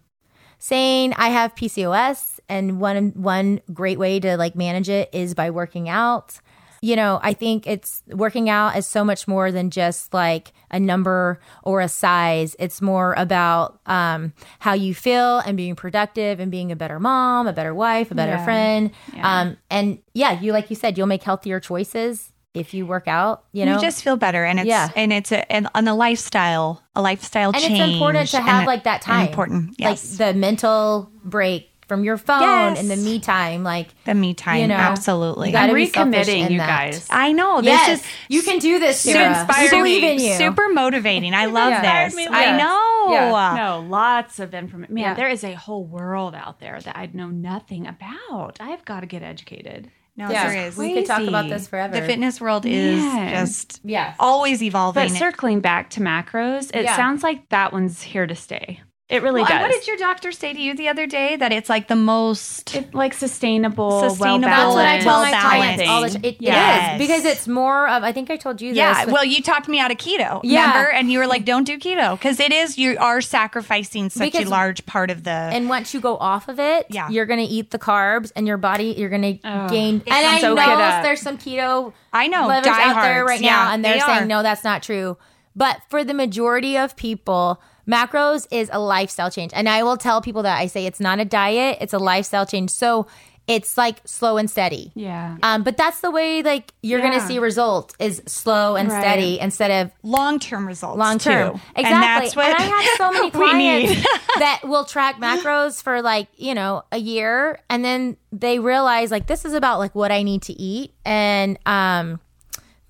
Speaker 3: sane i have pcos and one one great way to like manage it is by working out you know i think it's working out is so much more than just like a number or a size it's more about um how you feel and being productive and being a better mom a better wife a better
Speaker 1: Yeah.
Speaker 3: friend um and yeah you like you said you'll make healthier choices if you work out you know
Speaker 2: you just feel better and it's
Speaker 3: Yeah.
Speaker 2: and it's a and, and a lifestyle a lifestyle
Speaker 3: and
Speaker 2: change
Speaker 3: it's important to
Speaker 2: and
Speaker 3: have
Speaker 2: a-
Speaker 3: like that
Speaker 2: and
Speaker 3: time
Speaker 2: important yes
Speaker 3: like the mental break from your phone
Speaker 2: Yes.
Speaker 3: and the me time like
Speaker 2: the me time
Speaker 3: you know,
Speaker 2: absolutely
Speaker 3: you gotta
Speaker 1: I'm
Speaker 3: be selfish
Speaker 1: recommitting,
Speaker 3: in
Speaker 1: you
Speaker 3: that.
Speaker 1: guys.
Speaker 2: i know this
Speaker 3: yes
Speaker 2: is
Speaker 3: you can do this Sarah.
Speaker 1: inspired
Speaker 3: we believe
Speaker 1: me.
Speaker 3: in you
Speaker 2: super motivating i love
Speaker 1: inspired
Speaker 2: this
Speaker 1: me.
Speaker 2: i
Speaker 1: Yes.
Speaker 2: know
Speaker 3: Yeah.
Speaker 1: No, lots of information. Man,
Speaker 3: Yeah.
Speaker 1: there is a whole world out there that I know nothing about. I've got to get educated.
Speaker 2: no
Speaker 3: Yeah.
Speaker 2: there is
Speaker 3: we could talk about
Speaker 1: Crazy.
Speaker 3: this forever
Speaker 2: the fitness world is
Speaker 1: Yes.
Speaker 2: just
Speaker 3: yeah
Speaker 2: always evolving
Speaker 1: But circling back to macros, it
Speaker 3: Yeah.
Speaker 1: sounds like that one's here to stay. It really
Speaker 2: well, and what
Speaker 1: does.
Speaker 2: did your doctor say to you the other day that it's like the most
Speaker 1: It- like sustainable,
Speaker 2: Sustainable,
Speaker 3: that's what I tell my
Speaker 2: Well-balanced.
Speaker 3: clients all the time. It,
Speaker 2: Yes.
Speaker 3: it is because it's more of. I think I told you this.
Speaker 2: Yeah,
Speaker 3: but-
Speaker 2: well, you talked me out of keto,
Speaker 3: Yeah.
Speaker 2: remember? And you were like, "Don't do keto," because it is you are sacrificing such a
Speaker 3: Because-
Speaker 2: large part of the.
Speaker 3: and once you go off of it,
Speaker 2: Yeah. Oh.
Speaker 3: you're gonna eat the carbs, and your body, you're gonna
Speaker 1: Ugh.
Speaker 3: gain. And I
Speaker 1: soak it
Speaker 3: know
Speaker 1: up.
Speaker 3: there's some keto
Speaker 2: I know
Speaker 3: livers out there
Speaker 2: diehards.
Speaker 3: right
Speaker 2: Yeah,
Speaker 3: now, and they're
Speaker 2: they
Speaker 3: saying
Speaker 2: are.
Speaker 3: no, that's not true. But for the majority of people, macros is a lifestyle change, and I will tell people that I say it's not a diet; it's a lifestyle change. So it's like slow and steady.
Speaker 1: Yeah.
Speaker 3: Um, but that's the way like you're gonna
Speaker 1: Yeah.
Speaker 3: see results is slow and
Speaker 1: Right.
Speaker 3: steady instead of
Speaker 2: long-term results,
Speaker 3: long term.
Speaker 2: too.
Speaker 3: Exactly.
Speaker 2: and that's what
Speaker 3: I have so many
Speaker 2: we need.
Speaker 3: clients that will track macros for like, you know, a year and then they realize like this is about like what I need to eat and um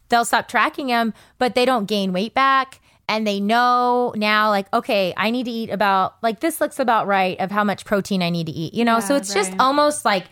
Speaker 3: they'll stop tracking them, but they don't gain weight back. And they know now, like, okay, I need to eat about, like, this looks about right of how much protein I need to eat, you know? so it's just
Speaker 1: right.
Speaker 3: almost like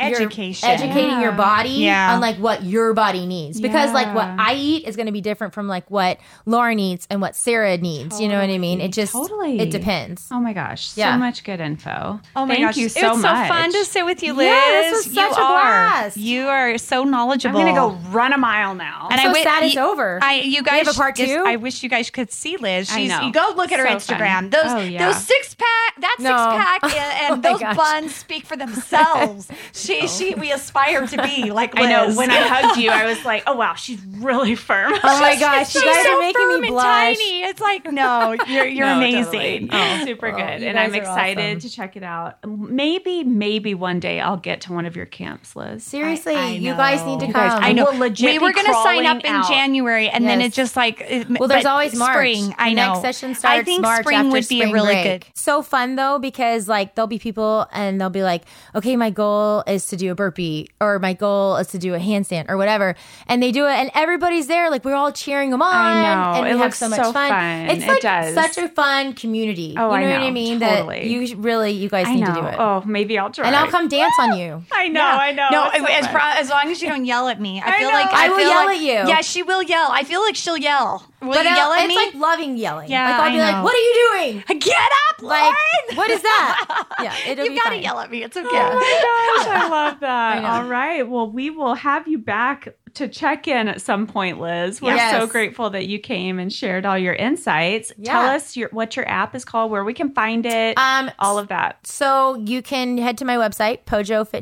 Speaker 3: you're
Speaker 2: Education.
Speaker 3: educating your body
Speaker 2: Yeah.
Speaker 3: on, like, what your body needs. Because, like, what
Speaker 1: Yeah.
Speaker 3: I eat is going to be different from, like, what Laura needs and what Sarah needs, you know what I mean? It just,
Speaker 1: Totally.
Speaker 3: it depends.
Speaker 1: Oh my gosh.
Speaker 3: Yeah.
Speaker 1: So much good info.
Speaker 2: Oh my
Speaker 1: Thank
Speaker 2: gosh,
Speaker 1: you
Speaker 2: it's
Speaker 1: so much.
Speaker 2: so fun to sit with you, Liz.
Speaker 3: Yeah, this
Speaker 2: you
Speaker 3: was such a
Speaker 2: are.
Speaker 3: blast.
Speaker 2: You are so
Speaker 1: I'm
Speaker 2: knowledgeable.
Speaker 1: going to go run a mile now.
Speaker 2: And
Speaker 3: so
Speaker 2: wi-
Speaker 3: sad it's
Speaker 2: you-
Speaker 3: over.
Speaker 2: I you guys
Speaker 3: have a part
Speaker 2: just-
Speaker 3: two?
Speaker 2: I wish you guys could see Liz.
Speaker 1: I
Speaker 2: She's
Speaker 1: know.
Speaker 2: you go look at her
Speaker 1: So
Speaker 2: Instagram.
Speaker 1: fun.
Speaker 2: Those
Speaker 1: Oh, yeah.
Speaker 2: those six pack that
Speaker 3: No.
Speaker 2: six pack and, and
Speaker 3: Oh my
Speaker 2: those
Speaker 3: gosh. Oh.
Speaker 2: buns speak for themselves. she she we aspire to be like Liz.
Speaker 1: I know when I hugged you, I was like, oh wow, she's really firm.
Speaker 3: Oh my gosh, you
Speaker 2: She's
Speaker 3: guys
Speaker 2: so
Speaker 3: are making
Speaker 2: firm
Speaker 3: me
Speaker 2: and
Speaker 3: blush.
Speaker 2: tiny. It's like no, you're you're
Speaker 1: No,
Speaker 2: amazing.
Speaker 1: totally. Oh, super
Speaker 3: Well,
Speaker 1: good.
Speaker 3: you
Speaker 1: And I'm
Speaker 3: guys are
Speaker 1: excited
Speaker 3: awesome.
Speaker 1: to check it out. Maybe, maybe one day I'll get to one of your camps, Liz.
Speaker 3: Seriously,
Speaker 2: I
Speaker 3: you guys
Speaker 2: know.
Speaker 3: need to
Speaker 2: You
Speaker 3: come.
Speaker 1: guys- I know. We'll legit be
Speaker 2: we were gonna sign
Speaker 1: crawling
Speaker 2: up in
Speaker 1: out.
Speaker 2: January, and then
Speaker 3: Yes.
Speaker 2: it just like it-
Speaker 3: Well, there's
Speaker 2: but
Speaker 3: always March.
Speaker 2: Spring, I
Speaker 3: The
Speaker 2: know.
Speaker 3: Next session starts.
Speaker 2: I think
Speaker 3: March
Speaker 2: spring
Speaker 3: after
Speaker 2: would be a
Speaker 3: spring
Speaker 2: really
Speaker 3: break.
Speaker 2: good.
Speaker 3: So fun though because like there'll be people and they'll be like, okay, my goal is to do a burpee or my goal is to do a handstand or whatever, and they do it and everybody's there like we're all cheering them on.
Speaker 1: know.
Speaker 3: And we
Speaker 1: It
Speaker 3: have
Speaker 1: looks
Speaker 3: so much
Speaker 1: so
Speaker 3: fun.
Speaker 1: fun.
Speaker 3: It's
Speaker 1: It
Speaker 3: like
Speaker 1: does.
Speaker 3: such a fun community.
Speaker 1: Oh,
Speaker 3: you
Speaker 1: I
Speaker 3: know, what
Speaker 1: know.
Speaker 3: I mean? That
Speaker 1: Totally.
Speaker 3: you sh- really you guys
Speaker 1: I
Speaker 3: need
Speaker 1: know.
Speaker 3: to do it.
Speaker 1: Oh, maybe I'll try.
Speaker 3: And I'll come dance on you.
Speaker 1: I know.
Speaker 2: Yeah.
Speaker 1: I know.
Speaker 2: No,
Speaker 1: It's so
Speaker 2: as,
Speaker 1: fun.
Speaker 2: pro- as long as you don't yell at me, I,
Speaker 1: I
Speaker 2: feel
Speaker 1: know.
Speaker 2: like
Speaker 1: I
Speaker 3: will
Speaker 2: feel
Speaker 3: yell
Speaker 2: like-
Speaker 3: at you.
Speaker 2: Yeah, she will yell. I feel like she'll yell. Will
Speaker 3: But
Speaker 2: you
Speaker 3: I'll-
Speaker 2: yell at
Speaker 3: it's
Speaker 2: me?
Speaker 3: like loving yelling.
Speaker 2: Yeah,
Speaker 3: like I'll
Speaker 2: I
Speaker 3: be
Speaker 2: know.
Speaker 3: like, "What are you doing?"
Speaker 2: Get up,
Speaker 3: Like,
Speaker 2: Lauren!
Speaker 3: what is that? Yeah, it'll
Speaker 2: you
Speaker 3: be
Speaker 2: gotta
Speaker 3: fine.
Speaker 2: yell at me. It's okay.
Speaker 1: Oh my gosh, I love that.
Speaker 3: know.
Speaker 1: All right. Well, we will have you back to check in at some point, Liz. We're
Speaker 3: Yes.
Speaker 1: so grateful that you came and shared all your insights.
Speaker 3: Yeah.
Speaker 1: Tell us your, what your app is called, where we can find it,
Speaker 3: Um,
Speaker 1: all of that.
Speaker 3: So you can head to my website,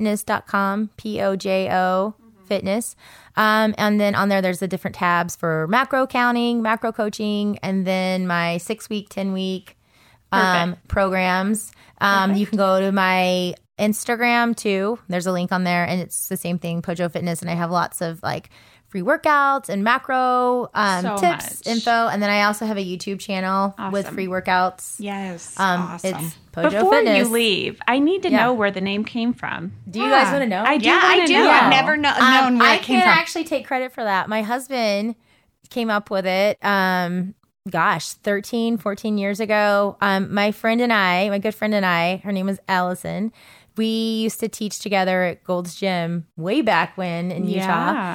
Speaker 3: pojofitness.com, P O J O
Speaker 1: Mm-hmm.
Speaker 3: fitness. Um, and then on there, there's the different tabs for macro counting, macro coaching, and then my six week, 10 week um, programs. Um, you can go to my Instagram too. There's a link on there, and it's the same thing, Pojo Fitness. And I have lots of like free workouts and macro um,
Speaker 1: So
Speaker 3: tips,
Speaker 1: much.
Speaker 3: info. And then I also have a YouTube channel with
Speaker 1: Awesome.
Speaker 3: free workouts.
Speaker 2: Yes.
Speaker 3: Um,
Speaker 2: awesome.
Speaker 3: It's Pojo
Speaker 1: Before
Speaker 3: Fitness.
Speaker 1: you leave, I need to
Speaker 3: Yeah.
Speaker 1: know where the name came from.
Speaker 3: Do you guys want to know?
Speaker 1: I do.
Speaker 2: yeah, I
Speaker 1: wanna
Speaker 2: do.
Speaker 1: Know.
Speaker 2: I've never kno- known where
Speaker 3: Um, I
Speaker 2: it came
Speaker 3: can't
Speaker 2: from.
Speaker 3: actually take credit for that. My husband came up with it. Um, gosh 13 14 years ago um, my friend and i my good friend and i her name was allison we used to teach together at gold's gym way back when in
Speaker 1: Yeah.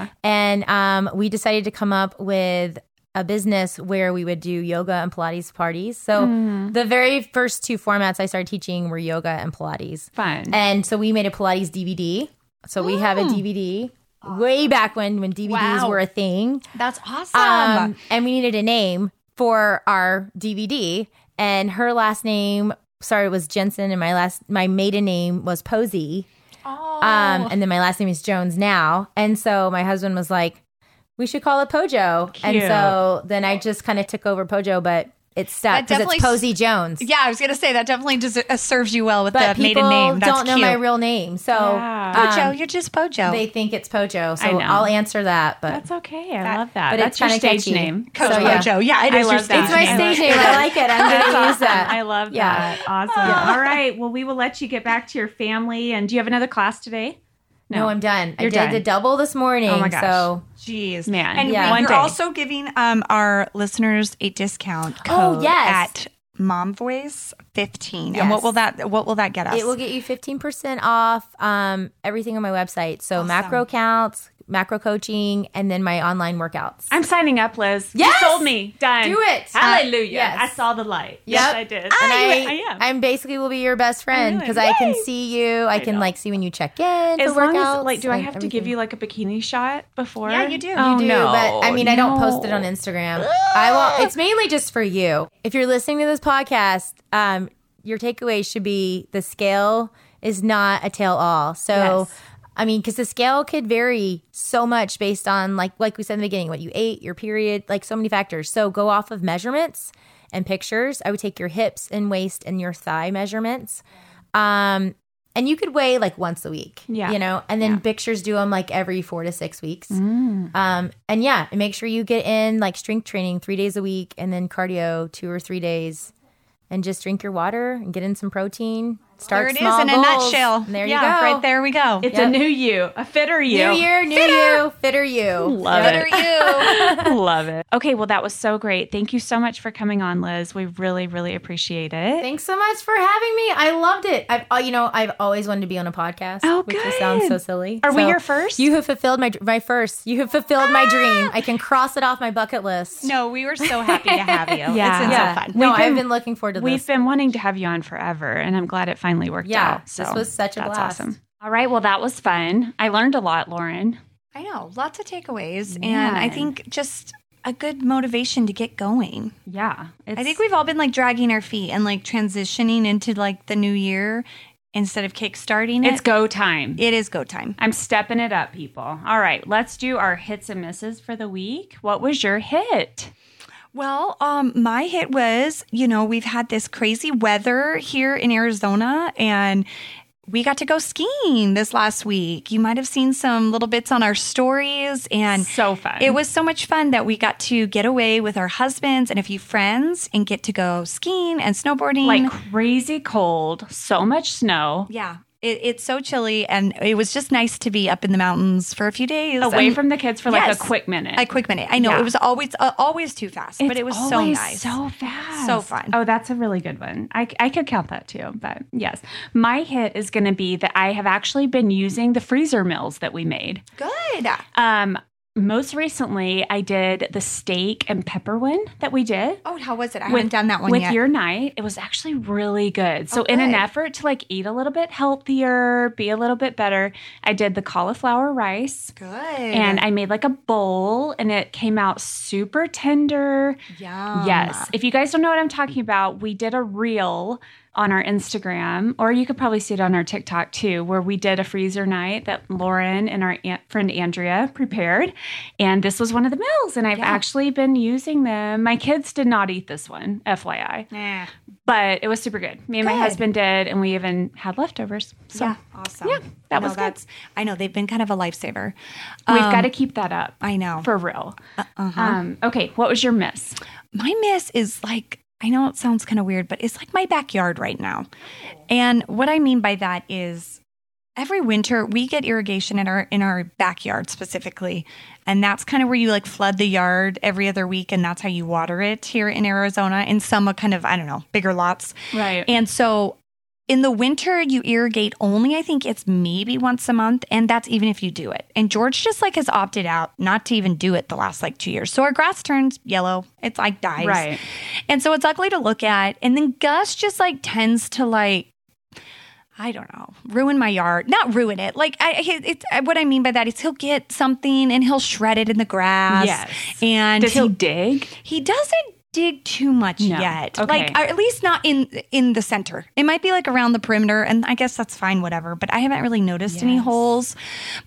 Speaker 3: utah and um, we decided to come up with a business where we would do yoga and pilates parties so
Speaker 2: Mm-hmm.
Speaker 3: the very first two formats i started teaching were yoga and pilates
Speaker 1: Fun.
Speaker 3: and so we made a Pilates DVD. So we have a DVD way back when when DVDs
Speaker 2: Wow.
Speaker 3: were a thing.
Speaker 2: That's awesome.
Speaker 3: Um, and we needed a name for our DVD, and her last name sorry was Jensen, and my last my maiden name was Posey.
Speaker 2: oh,
Speaker 3: Um, and then my last name is Jones now. And so my husband was like, "We should call it Pojo." And
Speaker 1: Cute.
Speaker 3: so then I just kind of took over Pojo, but it's stuck
Speaker 2: That
Speaker 3: because
Speaker 2: definitely
Speaker 3: it's Posey Jones
Speaker 2: yeah, I was gonna say that definitely does, uh, serves you well with
Speaker 3: but
Speaker 2: the
Speaker 3: people
Speaker 2: maiden name. That's
Speaker 3: don't know
Speaker 2: cute.
Speaker 3: my real name. So
Speaker 1: Yeah.
Speaker 2: Pojo,
Speaker 3: um,
Speaker 2: you're just Pojo.
Speaker 3: they think it's Pojo. So
Speaker 1: I know.
Speaker 3: I'll answer that. But
Speaker 1: That's okay. I love that.
Speaker 3: but
Speaker 1: That's
Speaker 3: it's
Speaker 1: your
Speaker 3: kinda
Speaker 1: stage
Speaker 3: catchy.
Speaker 1: name.
Speaker 2: Coach
Speaker 3: So, yeah.
Speaker 2: Pojo. Yeah, it
Speaker 1: I
Speaker 2: is your
Speaker 1: love that
Speaker 2: stage
Speaker 3: it's my
Speaker 1: name.
Speaker 3: stage name. I like it. I'm going to use that.
Speaker 1: I love
Speaker 3: Yeah.
Speaker 1: that. Awesome. All right. Well, we will let you get back to your family. And do you have another class today?
Speaker 3: no. I'm done.
Speaker 1: You're
Speaker 3: I did
Speaker 1: done.
Speaker 3: the double this morning.
Speaker 1: Oh my gosh.
Speaker 3: So
Speaker 2: Jeez,
Speaker 1: Man,
Speaker 2: And
Speaker 3: yeah.
Speaker 2: we-
Speaker 1: one
Speaker 2: you're
Speaker 1: day.
Speaker 2: also giving um, our listeners a discount
Speaker 3: Oh,
Speaker 2: code
Speaker 3: yes.
Speaker 2: at Mom Voice fifteen. And
Speaker 3: Yes.
Speaker 2: what will that what will that get us?
Speaker 3: it will get you 15% off um, everything on my website. So macro counts, macro coaching, and then my online workouts.
Speaker 1: I'm signing up, Liz.
Speaker 3: Yes!
Speaker 1: You sold me. Done.
Speaker 3: Do it.
Speaker 1: Hallelujah.
Speaker 3: Yes.
Speaker 1: I saw the light.
Speaker 3: Yep.
Speaker 1: Yes, I did.
Speaker 3: and I,
Speaker 1: I am.
Speaker 3: I'm basically will be your best friend
Speaker 1: really?
Speaker 3: because I can
Speaker 1: Yay!
Speaker 3: see you. I, can
Speaker 1: know.
Speaker 3: like see when you check in.
Speaker 1: as
Speaker 3: for
Speaker 1: long
Speaker 3: workouts
Speaker 1: as like, do I
Speaker 3: and
Speaker 1: have to give
Speaker 3: everything.
Speaker 1: you like a bikini shot before?
Speaker 2: Yeah, you do. You
Speaker 1: Oh,
Speaker 3: do,
Speaker 1: no.
Speaker 3: but I mean, I don't post it
Speaker 1: No.
Speaker 3: on Instagram. I will. It's mainly just for you. If you're listening to this podcast, um, your takeaway should be the scale is not a tell all. So.
Speaker 1: Yes.
Speaker 3: I mean, because the scale could vary so much based on, like, like we said in the beginning, what you ate, your period, like so many factors. So go off of measurements and pictures. I would take your hips and waist and your thigh measurements, um, and you could weigh like once a week.
Speaker 1: Yeah. Mm.
Speaker 3: you know, and then pictures do them like every four to six weeks. Um, and yeah, and make sure you get in like strength training three days a week and then cardio two or three days and just drink your water and get in some protein. Start
Speaker 2: there it is
Speaker 3: small
Speaker 2: in a
Speaker 3: goals.
Speaker 2: nutshell.
Speaker 3: And there
Speaker 2: yeah,
Speaker 3: you go.
Speaker 2: right there we go.
Speaker 1: It's a
Speaker 3: Yep.
Speaker 1: new you, a fitter you.
Speaker 3: New year, new you, fitter you.
Speaker 1: Love
Speaker 3: Fitter
Speaker 1: it.
Speaker 3: you.
Speaker 1: Love it. Okay, well, that was so great. Thank you so much for coming on, Liz. We really, really appreciate it.
Speaker 3: Thanks so much for having me. I loved it. I've, uh, you know, I've always wanted to be on a podcast,
Speaker 1: Oh,
Speaker 3: which just sounds so
Speaker 1: good.
Speaker 3: silly.
Speaker 1: Are we
Speaker 3: So
Speaker 1: your first?
Speaker 3: You have fulfilled my my first. You have fulfilled my dream. I can cross it off my bucket list.
Speaker 2: Ah! no, we were so happy to have you.
Speaker 1: Yeah.
Speaker 2: It's been
Speaker 3: yeah.
Speaker 2: so fun.
Speaker 3: No,
Speaker 1: We've been-
Speaker 3: I've been looking forward to this.
Speaker 1: We've been wanting to have you on forever, and I'm glad it finally worked
Speaker 3: Yeah,
Speaker 1: out.
Speaker 3: this was such a
Speaker 1: that's
Speaker 3: blast.
Speaker 1: awesome. All right, well, that was fun. I learned a lot, Lauren.
Speaker 2: I know, lots of takeaways, and I
Speaker 1: Man.
Speaker 2: think just a good motivation to get going.
Speaker 1: Yeah, it's,
Speaker 2: I think we've all been like dragging our feet and like transitioning into like the new year instead of kickstarting it.
Speaker 1: it's go time.
Speaker 2: it is go time.
Speaker 1: I'm stepping it up, people. All right, let's do our hits and misses for the week. What was your hit?
Speaker 2: Well, um, my hit was, you know, we've had this crazy weather here in Arizona and we got to go skiing this last week. You might have seen some little bits on our stories and
Speaker 1: So fun.
Speaker 2: It was so much fun that we got to get away with our husbands and a few friends and get to go skiing and snowboarding.
Speaker 1: like crazy cold, so much snow,
Speaker 2: yeah, it, it's so chilly, and it was just nice to be up in the mountains for a few days,
Speaker 1: away
Speaker 2: And
Speaker 1: from the kids for like
Speaker 2: Yes.
Speaker 1: a quick minute.
Speaker 2: a quick minute. I know
Speaker 1: Yeah.
Speaker 2: it was always uh, always too fast, but
Speaker 1: It's
Speaker 2: it was so
Speaker 1: always
Speaker 2: nice.
Speaker 1: So fast.
Speaker 2: So fun.
Speaker 1: Oh, that's a really good one. I, I could count that too, but yes. My hit is going to be that I have actually been using the freezer meals that we made.
Speaker 2: good.
Speaker 1: Um, most recently, I did the steak and pepper one that we did.
Speaker 2: Oh, how was it? I
Speaker 1: With-
Speaker 2: haven't done that one
Speaker 1: With
Speaker 2: yet.
Speaker 1: your night, it was actually really good. So, in an
Speaker 2: good.
Speaker 1: effort to like eat a little bit healthier, be a little bit better, I did the cauliflower rice
Speaker 2: good
Speaker 1: and I made like a bowl and it came out super tender.
Speaker 2: yum.
Speaker 1: Yes. If you guys don't know what I'm talking about, we did a reel on our Instagram, or you could probably see it on our TikTok too, where we did a freezer night that Lauren and our aunt, friend Andrea prepared. And this was one of the meals, and I've actually been using them. My kids did not eat this one, FYI,
Speaker 2: Yeah.
Speaker 1: but it was super good. Me and
Speaker 2: Good.
Speaker 1: my husband did, and we even had leftovers. So
Speaker 2: yeah. Awesome.
Speaker 1: Yeah, that
Speaker 2: I know
Speaker 1: was good.
Speaker 2: that's. I know they've been kind of a lifesaver.
Speaker 1: we've
Speaker 2: Um,
Speaker 1: got to keep that up.
Speaker 2: I know. Uh-huh.
Speaker 1: For real. Um, okay, what was your miss?
Speaker 2: my miss is like I know it sounds kind of weird, but it's like my backyard right now. And what I mean by that is every winter we get irrigation in our in our backyard specifically and that's kind of where you like flood the yard every other week and that's how you water it here in arizona in some uh, kind of i don't know bigger lots
Speaker 1: Right.
Speaker 2: and so in the winter you irrigate only i think it's maybe once a month and that's even if you do it and george just like has opted out not to even do it the last like two years so our grass turns yellow it's like dies
Speaker 1: Right.
Speaker 2: and so it's ugly to look at and then gus just like tends to like I don't know, ruin my yard. Not ruin it. Like I, I- it's what I mean by that is he'll get something and he'll shred it in the grass.
Speaker 1: Yes.
Speaker 2: and
Speaker 1: Does
Speaker 2: he'll,
Speaker 1: he dig?
Speaker 2: he doesn't dig too much
Speaker 1: No.
Speaker 2: yet.
Speaker 1: Okay.
Speaker 2: Like or at least not in in the center. It might be like around the perimeter and I guess that's fine whatever, but I haven't really noticed any
Speaker 1: Yes.
Speaker 2: holes.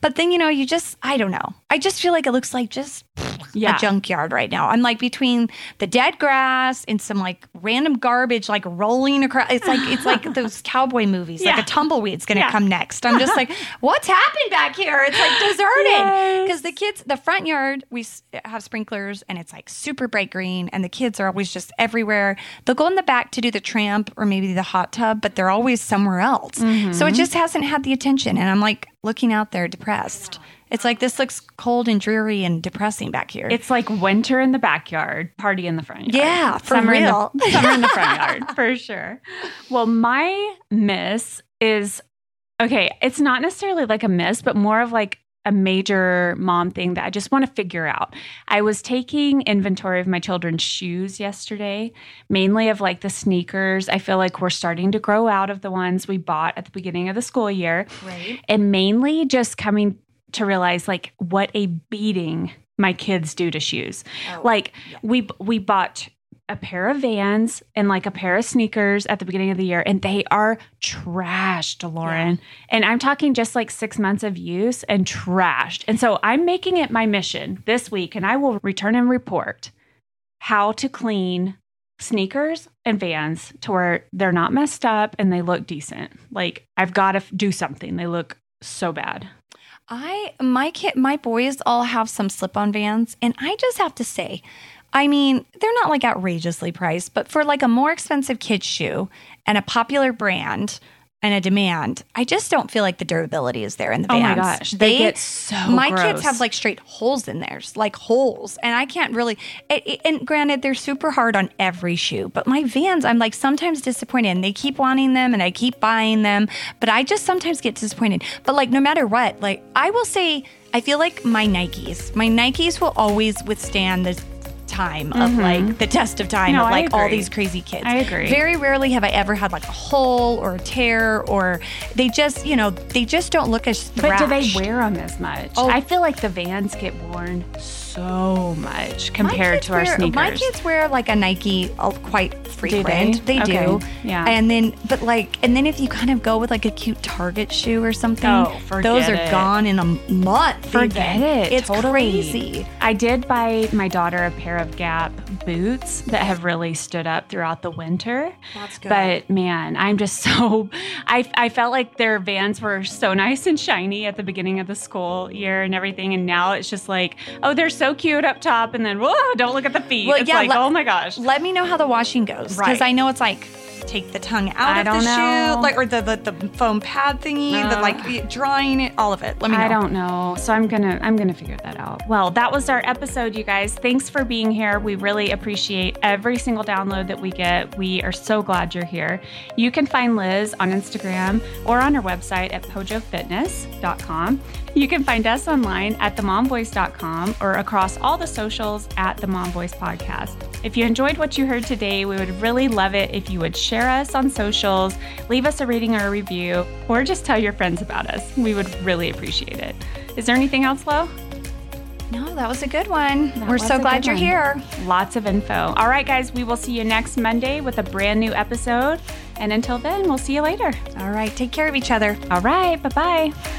Speaker 2: But then you know, you just I don't know. I just feel like it looks like just
Speaker 1: Yeah.
Speaker 2: a junkyard right now. I'm like between the dead grass and some like random garbage like rolling across. It's like it's like those cowboy movies.
Speaker 1: Yeah.
Speaker 2: Like a tumbleweed's gonna
Speaker 1: Yeah.
Speaker 2: come next. I'm just like, what's happened back here? It's like deserted
Speaker 1: Yes.
Speaker 2: because the kids, the front yard, we s- have sprinklers and it's like super bright green, and the kids are always just everywhere. They'll go in the back to do the tramp or maybe the hot tub, but they're always somewhere else. So
Speaker 1: Mm-hmm.
Speaker 2: it just hasn't had the attention, and I'm like looking out there depressed. It's like this looks cold and dreary and depressing back here.
Speaker 1: It's like winter in the backyard, party in the front yard.
Speaker 2: Yeah, for
Speaker 1: summer
Speaker 2: real.
Speaker 1: In the, summer in the front yard, for sure. Well, my miss is okay, it's not necessarily like a miss, but more of like a major mom thing that I just want to figure out. I was taking inventory of my children's shoes yesterday, mainly of like the sneakers. I feel like we're starting to grow out of the ones we bought at the beginning of the school year
Speaker 2: right.
Speaker 1: and mainly just coming to realize like what a beating my kids do to shoes. like
Speaker 2: yeah.
Speaker 1: we we bought a pair of Vans and like a pair of sneakers at the beginning of the year and they are trashed, Lauren. And I'm talking just like 6 months of use and trashed. And so I'm making it my mission this week and I will return and report how to clean sneakers and Vans to where they're not messed up and they look decent. Like I've got to do something. They look so bad.
Speaker 2: I my kid my boys all have some slip-on vans and I just have to say I mean, they're not like outrageously priced, but for like a more expensive kid shoe and a popular brand and a demand, I just don't feel like the durability is there in the
Speaker 1: Oh my
Speaker 2: vans.
Speaker 1: gosh, they get so
Speaker 2: My
Speaker 1: gross.
Speaker 2: kids have like straight holes in theirs, like holes, and I can't really. It, it- and granted, they're super hard on every shoe, but my Vans, I'm like sometimes disappointed. And they keep wanting them, and I keep buying them, but I just sometimes get disappointed. But like no matter what, like I will say, I feel like my Nikes, my Nikes will always withstand the time of like the test of time
Speaker 1: Mm-hmm. No,
Speaker 2: of
Speaker 1: I
Speaker 2: like all
Speaker 1: agree.
Speaker 2: these crazy kids.
Speaker 1: I agree.
Speaker 2: Very rarely have I ever had like a hole or a tear or they just, you know, they just don't look as
Speaker 1: But
Speaker 2: thrashed.
Speaker 1: do they wear them as much?
Speaker 2: Oh.
Speaker 1: I feel like the Vans get worn so much
Speaker 2: My
Speaker 1: compared
Speaker 2: kids
Speaker 1: to our
Speaker 2: wear-
Speaker 1: sneakers.
Speaker 2: My kids wear like a Nike uh, quite frequent.
Speaker 1: they?
Speaker 2: They, do.
Speaker 1: Okay. Yeah.
Speaker 2: And then, but like, and then if you kind of go with like a cute Target shoe or something,
Speaker 1: Oh, forget
Speaker 2: those are
Speaker 1: it.
Speaker 2: gone in a month.
Speaker 1: Forget
Speaker 2: even.
Speaker 1: it.
Speaker 2: It's
Speaker 1: totally.
Speaker 2: crazy.
Speaker 1: I did buy my daughter a pair of Gap boots that have really stood up throughout the winter.
Speaker 2: That's good.
Speaker 1: But man, I'm just so I I felt like their vans were so nice and shiny at the beginning of the school year and everything, and now it's just like, oh, they're so cute up top, and then whoa, don't look at the feet.
Speaker 2: Well,
Speaker 1: it's
Speaker 2: yeah,
Speaker 1: like,
Speaker 2: let-
Speaker 1: oh my gosh.
Speaker 2: Let me know how the washing goes because
Speaker 1: Right.
Speaker 2: I know it's like take the tongue out
Speaker 1: I
Speaker 2: of the
Speaker 1: don't know.
Speaker 2: shoe, like or the, the the foam pad thingy, the
Speaker 1: No.
Speaker 2: like drawing it, all of it. Let me know.
Speaker 1: I don't know. So I'm going to I'm going to figure that out. Well, that was our episode you guys. Thanks for being here. We really appreciate every single download that we get. We are so glad you're here. You can find Liz on Instagram or on her website at pojofitness.com. You can find us online at themomvoice.com or across all the socials at the Mom Voice podcast. If you enjoyed what you heard today, we would really love it if you would share us on socials, leave us a rating or a review, or just tell your friends about us. We would really appreciate it. Is there anything else, Lo?
Speaker 2: No, that was a good one.
Speaker 1: That
Speaker 2: We're
Speaker 1: was
Speaker 2: so
Speaker 1: a
Speaker 2: glad
Speaker 1: good
Speaker 2: you're
Speaker 1: one.
Speaker 2: here.
Speaker 1: Lots of info. All right, guys, we will see you next Monday with a brand new episode. And until then, we'll see you later.
Speaker 2: All right, take care of each other.
Speaker 1: All right, bye bye.